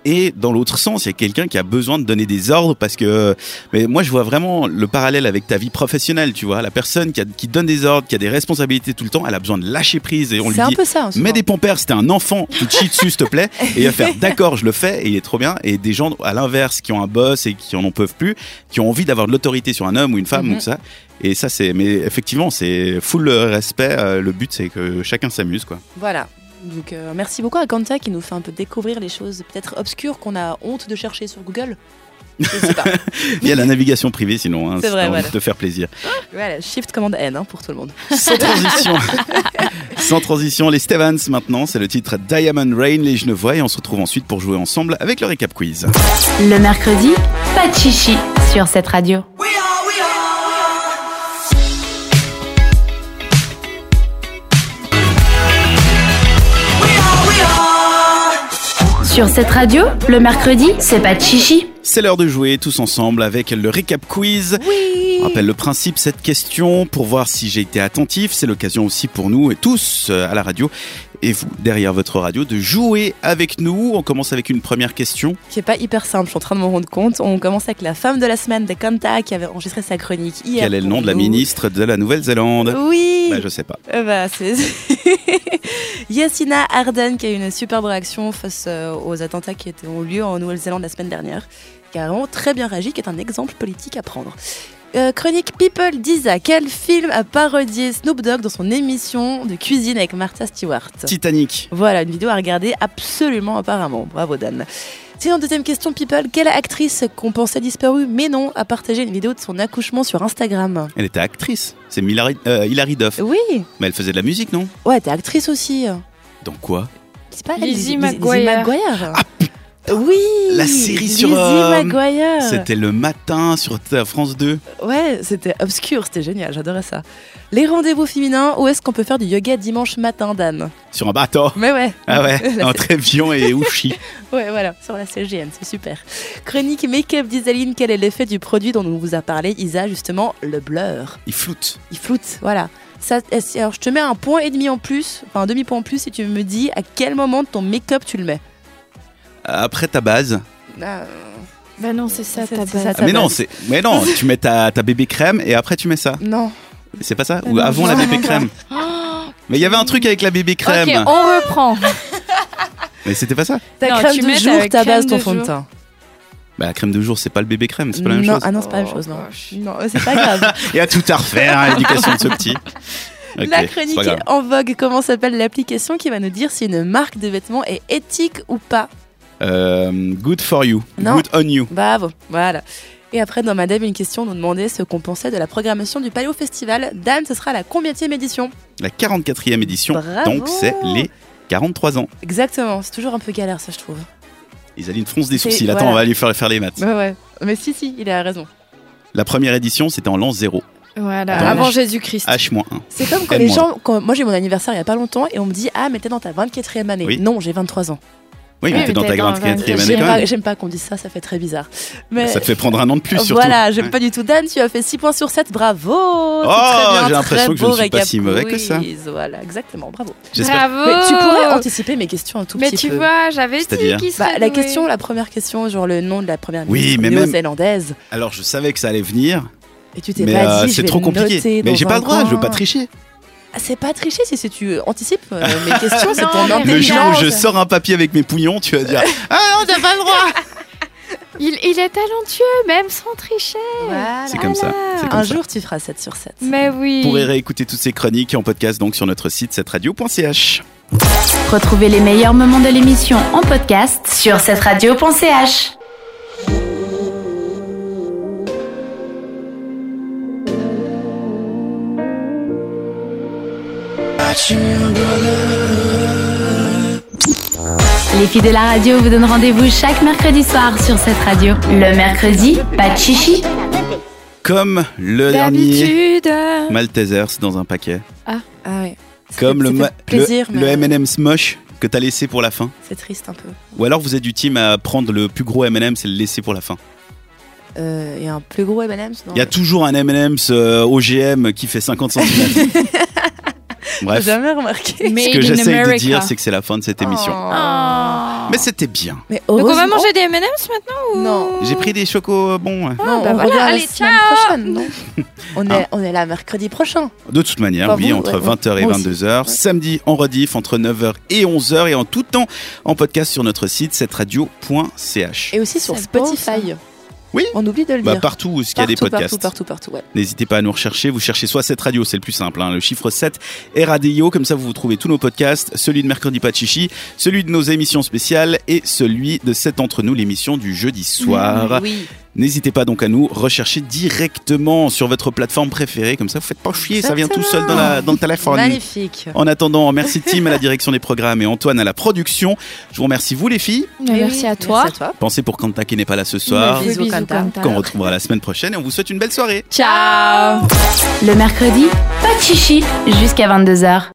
Et dans l'autre sens, il y a quelqu'un qui a besoin de donner des ordres parce que. Mais moi, je vois vraiment le parallèle avec ta vie professionnelle, tu vois. La personne qui, a- qui donne des ordres, qui a des responsabilités tout le temps, elle a besoin de lâcher prise et on lui
C'est un
dit.
peu ça. hein, souvent.
Mets des pompères, c'était un enfant, tu te chies dessus, s'il te
[LAUGHS]
plaît. Et il va faire d'accord, je le fais, et il est trop bien. Et des gens à l'inverse qui ont un boss et qui en en peuvent plus, qui ont envie d'avoir de l'autorité sur un homme ou une femme,
Mhm.
donc ça. Et ça, c'est. Mais effectivement, c'est full respect. euh, Le but, c'est que chacun s'amuse, quoi.
Voilà. Donc euh, merci beaucoup à Kanta qui nous fait un peu découvrir les choses peut-être obscures qu'on a honte de chercher sur Google. Je
[LAUGHS]
sais pas.
Via la navigation privée, sinon, hein,
C'est
si
vrai,
t'as envie
voilà.
de te faire plaisir.
voilà, shift commande N hein, pour tout le monde.
Sans
[LAUGHS]
transition. Sans transition, les Stevens maintenant, c'est le titre Diamond Rain, les Genevois, et on se retrouve ensuite pour jouer ensemble avec le récap quiz.
Le mercredi, pas de chichi sur cette radio. Sur cette radio, le mercredi, c'est pas de chichi.
C'est l'heure de jouer tous ensemble avec le récap quiz. On rappelle le principe, cette question, pour voir si j'ai été attentif, c'est l'occasion aussi pour nous et tous euh, à la radio et vous derrière votre radio de jouer avec nous. On commence avec une première question.
Qui est pas hyper simple, je suis en train de m'en rendre compte. On commence avec la femme de la semaine de Kanta qui avait enregistré sa chronique hier.
Quel est le
pour
nom de la
nous.
ministre de la Nouvelle-Zélande
Oui.
Bah, Je sais pas.
Euh, bah, c'est [LAUGHS] Yacina Arden qui a eu une superbe réaction face euh, aux attentats qui étaient- ont lieu en Nouvelle-Zélande la semaine dernière, qui a vraiment très bien réagi, qui est un exemple politique à prendre. Euh, chronique People d'Isa, quel film a parodié Snoop Dogg dans son émission de cuisine avec Martha Stewart
Titanic.
Voilà, une vidéo à regarder absolument apparemment. Bravo Dan. Sinon, deuxième question People, quelle actrice qu'on pensait disparue mais non a partagé une vidéo de son accouchement sur Instagram
Elle était actrice. C'est Hilary, euh, Hilary Duff.
Oui
Mais elle faisait de la musique, non
Ouais, t'es actrice aussi
Dans quoi
C'est pas
Lizzie
Lizzie
McGuire.
McGuire. oui.
Ah, La série sur,
Lizzie
euh,
McGuire.
C'était le matin sur euh, France 2.
Ouais, c'était obscur, c'était génial, j'adorais ça. Les rendez-vous féminins, où est-ce qu'on peut faire du yoga dimanche matin, Dan
Sur un bateau. [LAUGHS]
Mais ouais.
Ah ouais,
[LAUGHS] La
entre Evian et Ouchi.
Ouais, voilà, sur la CGN, c'est super. Chronique make-up d'Isaline, quel est l'effet du produit dont on vous a parlé, Isa, justement, le blur
Il floute.
Il floute, voilà. Ça, est-ce- alors, je te mets un point et demi en plus, enfin un demi-point en plus, si tu me dis à quel moment de ton make-up tu le mets.
Après ta base,
Ah,
Bah non, c'est ça,
C'est-
ta
c'est
base.
ça, ta
Ah, mais
base.
non, c'est mais non, tu mets ta, ta bébé crème et après tu mets ça.
Non.
C'est pas ça
Ah
Ou
non,
avant
non,
la
non,
bébé
non.
crème Mais il y avait un truc avec la bébé crème.
Ok, on reprend. [LAUGHS]
Mais c'était pas ça
Ta
Non,
crème
tu
de
mets ta
jour, ta
crème
base, ton
de
fond de
jour.
teint.
Bah, la crème de jour, c'est pas le bébé crème, c'est pas la même
non,
chose.
Ah non, c'est pas la même
Oh,
chose, non.
vache.
Non, c'est pas grave.
Il y a tout à refaire à l'éducation de ce
[LAUGHS]
petit. [LAUGHS] Ok,
la
c'est
chronique
pas grave.
est en vogue. Comment s'appelle l'application qui va nous dire si une marque de vêtements est éthique ou pas
Euh, good for you.
Non.
Good on you.
Bravo, Bah, voilà. Et après, dans Madame, une question, on nous demandait ce qu'on pensait de la programmation du Paléo Festival. Dan, ce sera la combienième édition
La 44e édition.
Bravo.
Donc, c'est les 43 ans.
Exactement, c'est toujours un peu galère, ça, je trouve.
Isaline fronce des
C'est-
sourcils. Attends,
voilà.
on va aller faire, faire les maths.
Ouais, ouais. Mais si, si, il a raison.
La première édition, c'était en l'an 0.
Voilà,
Attends.
avant Jésus-Christ.
H-1.
Bah, C'est comme quand
Elle
les
ment.
gens. Quand, moi, j'ai eu mon anniversaire il n'y a pas longtemps et on me dit Ah, mais t'es dans ta 24e année.
Oui.
Non, j'ai 23 ans.
Oui, mais
Oui,
t'es dans
mais
ta
t'es dans
44e année
J'aime
quand
pas,
même.
j'aime pas qu'on dise ça, ça fait très bizarre. Mais
Ça te fait prendre un an de plus, surtout.
voilà, j'aime
Ouais.
pas du tout. Dan, tu as fait 6 points sur 7, bravo Oh,
j'ai l'impression que je ne suis pas si mauvais que ça.
Voilà, exactement, bravo.
J'espère.
Bravo
Mais tu pourrais anticiper mes questions un tout
Mais
petit
tu
peu.
vois, j'avais dit
C'est-à-dire
qu'il serait
Bah, la
doué.
question, la première question, genre le nom de la première
Oui,
ministre
mais même-
néo-zélandaise.
Alors, je savais que ça allait venir,
Et tu t'es
mais
pas
euh,
dit, je
c'est
vais
trop
le
compliqué.
noter
Mais
dans
j'ai
un
pas le droit, je veux
coin.
pas tricher.
Ah, C'est pas tricher, c'est si tu anticipes euh,
[LAUGHS]
mes questions, c'est
Non,
ton
mais
Le
Intelligence.
jour où je sors un papier avec mes pouillons, tu vas dire Ah non, t'as pas le droit
Il, il est talentueux, même sans tricher.
C'est comme ça. c'est comme
Ah Un
ça.
jour, tu feras 7 sur 7.
Mais oui.
Vous pourrez réécouter toutes ces chroniques en podcast donc sur notre site cetteradio.ch.
Retrouvez les meilleurs moments de l'émission en podcast sur cette radio.ch. Les filles de la radio vous donnent rendez-vous chaque mercredi soir sur cette radio. Le mercredi, pas de chichi.
Comme le dernier
D'habitude.
Maltesers dans un paquet.
Ah ouais.
Comme le,
Ça fait
ma-
plaisir,
le, le
mais-
M&M's moche que t'as laissé pour la fin.
C'est triste un peu.
Ou alors vous êtes du team à prendre le plus gros M&M's et le laisser pour la fin.
Euh, Il y a un plus gros M&M's dans
Il y a toujours un M&M's euh, OGM qui fait 50 centimes.
[LAUGHS] J'ai
Bref, ce
jamais remarqué.
Made
que
in
j'essaye de
America.
dire, c'est que c'est la fin de cette émission.
Oh.
Mais c'était bien.
Oh. Mais
Donc on va
heureusement-
manger des M&M's maintenant ou
Non.
J'ai pris des chocos euh, bons. ouais.
Non,
bah
on
voilà,
revient la
allez,
semaine prochaine,
[LAUGHS]
non on,
Ah.
est, on est là mercredi prochain.
De toute manière,
Enfin,
oui,
vous,
entre
ouais,
20h et
moi aussi.
22h. Samedi en rediff entre 9h et 11h. Et en tout temps en podcast sur notre site, cetteradio.ch.
Et aussi sur
C'est beau,
Spotify.
Oui.
On oublie de le
Bah,
dire.
partout où il y a des
partout,
podcasts.
partout, partout, partout, ouais.
N'hésitez pas à nous rechercher. Vous cherchez soit 7 radio, c'est le plus simple. hein, le chiffre 7 et radio. Comme ça, vous trouvez tous nos podcasts. Celui de Mercredi Pas de Chichi, celui de nos émissions spéciales et celui de 7 entre nous, l'émission du jeudi soir.
Oui.
N'hésitez pas donc à nous rechercher directement sur votre plateforme préférée. Comme ça, vous faites pas chier. Ça vient tout seul dans, la- dans le téléphone.
Magnifique.
En attendant, merci Tim à la direction des programmes et Antoine à la production. Je vous remercie, vous les filles.
Mais
Oui,
merci à
merci
toi.
à toi.
Pensez pour Kanta qui n'est pas là ce soir,
Oui,
Bisous,
Bisous, Kanta.
Kanta.
qu'on retrouvera la semaine prochaine et on vous souhaite une belle soirée.
Ciao.
Le mercredi, pas de chichi jusqu'à 22h.